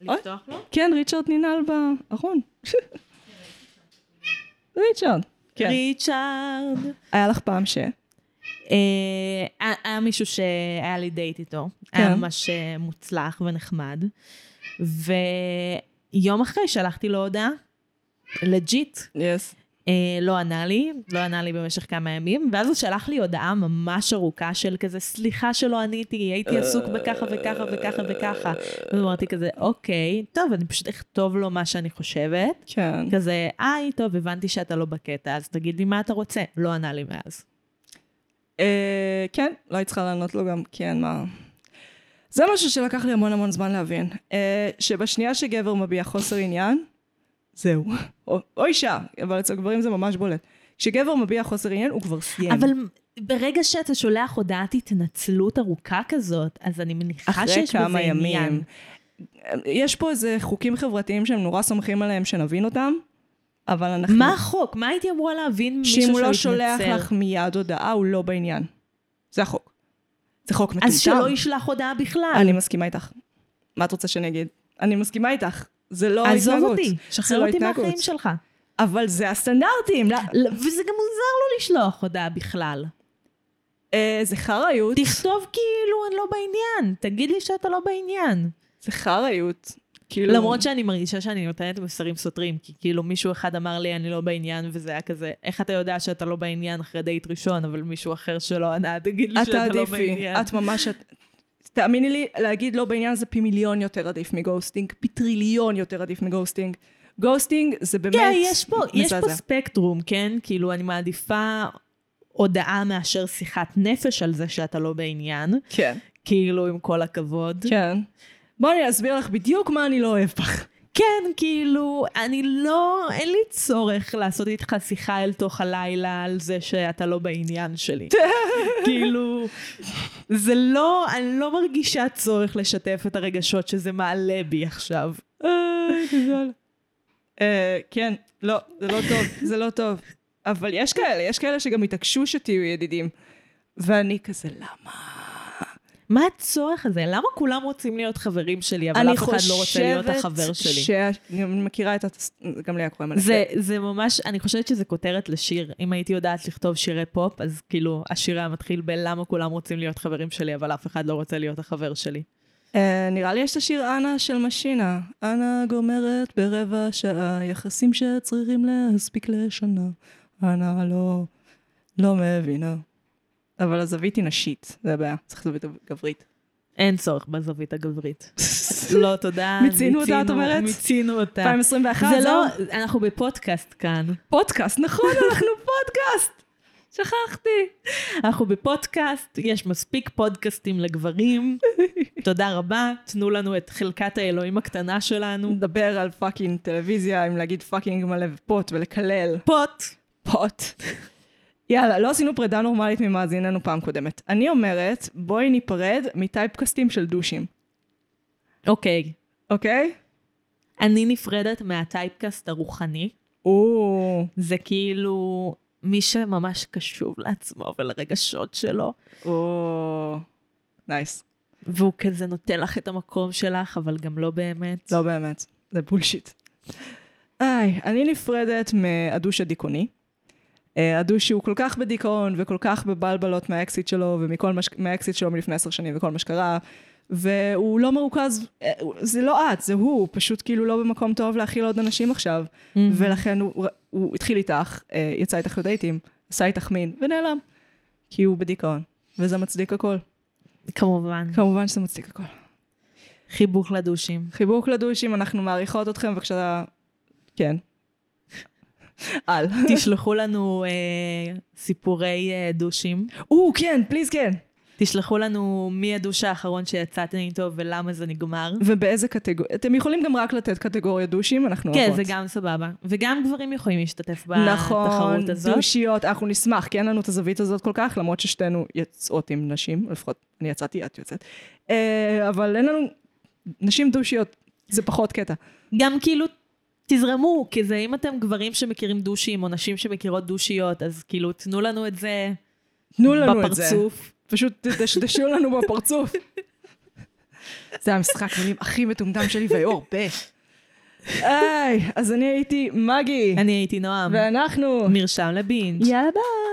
B: לפתוח לו?
A: כן, ריצ'רד ננעל בארון. [LAUGHS] ריצ'רד. כן.
B: ריצ'ארד.
A: היה לך פעם ש...
B: אה, היה- היה מישהו שהיה לי דייט איתו, היה
A: כן.
B: ממש אה, מוצלח ונחמד, ויום אחרי שלחתי לו הודעה, לג'יט,
A: יס.
B: אה, לא ענה לי, לא ענה לי במשך כמה ימים, ואז הוא שלח לי הודעה ממש ארוכה של כזה, סליחה שלא עניתי, הייתי עסוק בככה וככה וככה וככה. אז אמרתי כזה, אוקיי, טוב, אני פשוט אכתוב לו מה שאני חושבת.
A: כן.
B: כזה, היי, טוב, הבנתי שאתה לא בקטע, אז תגיד לי מה אתה רוצה. לא ענה לי מאז.
A: אה, כן, לא היית צריכה לענות לו גם, כן, מה... זה משהו שלקח לי המון המון זמן להבין. אה, שבשנייה שגבר מביע חוסר עניין, זהו. [LAUGHS] או, או אישה, אבל אצל גברים זה ממש בולט. כשגבר מביע חוסר עניין, הוא כבר סיים.
B: אבל ברגע שאתה שולח הודעת התנצלות ארוכה כזאת, אז אני מניחה
A: אחרי
B: שיש בזה
A: כמה
B: עניין.
A: ימים. יש פה איזה חוקים חברתיים שהם נורא סומכים עליהם שנבין אותם, אבל אנחנו...
B: מה החוק? מה הייתי אמורה להבין ממישהו
A: שאם
B: שהוא
A: הוא לא
B: התנצל?
A: שולח לך מיד הודעה, הוא לא בעניין. זה החוק. זה חוק מטומטם.
B: אז שלא ישלח הודעה בכלל.
A: אני מסכימה איתך. מה את רוצה שאני אגיד? אני מסכימה איתך. זה לא התנהגות.
B: עזוב אותי,
A: זה
B: שחרר
A: לא
B: אותי
A: התנהגות.
B: מהחיים שלך.
A: אבל זה הסטנדרטים. לא-
B: ל- וזה גם מוזר לא לשלוח הודעה בכלל.
A: אה, זה חריות.
B: תכתוב כאילו אני לא בעניין, תגיד לי שאתה לא בעניין.
A: זה חריות. כאילו...
B: למרות שאני מרגישה שאני נותנת מסרים סותרים, כי כאילו מישהו אחד אמר לי אני לא בעניין, וזה היה כזה, איך אתה יודע שאתה לא בעניין אחרי דייט ראשון, אבל מישהו אחר שלא ענה, תגיד לי
A: את
B: שאתה לא
A: תעדיפי.
B: בעניין.
A: את ממש... את- תאמיני לי, להגיד לא בעניין זה פי מיליון יותר עדיף מגוסטינג. פי טריליון יותר עדיף מגוסטינג. גוסטינג זה באמת
B: כן, יש פה, יש
A: מזעזע.
B: פה ספקטרום, כן? כאילו אני מעדיפה הודעה מאשר שיחת נפש על זה שאתה לא בעניין,
A: כן.
B: כאילו עם כל הכבוד.
A: כן. בואי אני אסביר לך בדיוק מה אני לא אוהב בך.
B: כן, כאילו, אני לא, אין לי צורך לעשות איתך שיחה אל תוך הלילה על זה שאתה לא בעניין שלי. כאילו, זה לא, אני לא מרגישה צורך לשתף את הרגשות שזה מעלה בי עכשיו.
A: איי, גדול. אה, כן, לא, זה לא טוב, זה לא טוב. אבל יש כאלה, יש כאלה שגם התעקשו שתהיו ידידים. ואני כזה, למה?
B: מה הצורך הזה? למה כולם רוצים להיות חברים שלי, אבל אף אחד לא רוצה להיות החבר שלי?
A: ש... אני מכירה את ה... גם לי היה קורה מלא.
B: זה, זה ממש, אני חושבת שזה כותרת לשיר. אם הייתי יודעת לכתוב שירי פופ, אז כאילו, השיר היה מתחיל בלמה כולם רוצים להיות חברים שלי, אבל אף אחד לא רוצה להיות החבר שלי.
A: אה, נראה לי יש את השיר אנה של משינה. אנה גומרת ברבע שעה, יחסים שצריכים להספיק לשנה. אנה לא... לא מבינה. אבל הזווית היא נשית, זה הבעיה. צריך זווית
B: [LAUGHS]
A: גברית.
B: אין צורך בזווית הגברית. [LAUGHS] לא, תודה.
A: מיצינו אותה, את אומרת?
B: מיצינו אותה.
A: 2021,
B: זה
A: זהו?
B: לא, אנחנו בפודקאסט כאן.
A: פודקאסט, נכון, אנחנו פודקאסט. [LAUGHS]
B: שכחתי. אנחנו בפודקאסט, יש מספיק
A: [LAUGHS]
B: פודקאסטים לגברים. תודה רבה, תנו לנו את חלקת האלוהים הקטנה שלנו.
A: נדבר על פאקינג טלוויזיה, אם להגיד פאקינג מלא ופוט ולקלל.
B: פוט.
A: פוט. [LAUGHS] יאללה, לא עשינו פרידה נורמלית ממאזיננו פעם קודמת. אני אומרת, בואי ניפרד מטייפקסטים של דושים,
B: אוקיי.
A: אוקיי?
B: אני נפרדת מהטייפקאסט הרוחני.
A: או,
B: זה כאילו מי שממש קשוב לעצמו ולרגשות שלו,
A: או, נייס.
B: והוא כזה נותן לך את המקום שלך, אבל גם לא באמת.
A: לא באמת, זה בולשיט. איי, אני נפרדת מהדוש הדיכאוני. אה, הדוש הוא כל כך בדיכאון וכל כך בבלבלות מהאקסיט שלו ומכל מה ש... מהאקסיט שלו מלפני עשר שנים וכל מה שקרה, והוא לא מרוכז, אה, הוא- זה לא את, זה הוא, הוא פשוט כאילו לא במקום טוב להכיל עוד אנשים עכשיו, ולכן הוא, הוא התחיל איתך, אה, יצא איתך לדייטים, עשה איתך מין, ונעלם. כי הוא בדיכאון, וזה מצדיק הכל.
B: כמובן.
A: כמובן שזה מצדיק הכל.
B: חיבוק לדושים.
A: חיבוק לדושים, אנחנו מעריכות אתכם, בבקשה... כן.
B: [LAUGHS]
A: על.
B: תשלחו לנו אה, סיפורי אה, דושים.
A: או, כן, פליז כן.
B: תשלחו לנו מי הדוש האחרון שיצאתם איתו ולמה זה נגמר.
A: ובאיזה קטגוריה, אתם יכולים גם רק לתת קטגוריה דושים, אנחנו
B: כן,
A: אוהבות.
B: זה גם סבבה. וגם גברים יכולים להשתתף בתחרות הזאת.
A: נכון, דושיות, אנחנו נשמח, כי אין לנו את הזווית הזאת כל כך, למרות ששתינו יוצאות עם נשים, לפחות אני יצאתי, את יוצאת. אה, אבל אין לנו, נשים דושיות, זה פחות קטע.
B: גם כאילו, תזרמו, כי זה אם אתם גברים שמכירים דושים, או נשים שמכירות דושיות, אז כאילו, תנו לנו את זה
A: תנו לנו את זה.
B: בפרצוף.
A: פשוט תדשדשו לנו בפרצוף. [LAUGHS] זה המשחק מילים הכי מטומטם שלי, ויאור, ב. היי, אז אני הייתי מגי, כן.
B: אני הייתי נועם.
A: ואנחנו...
B: מרשם לבינג'.
A: יאללה ביי.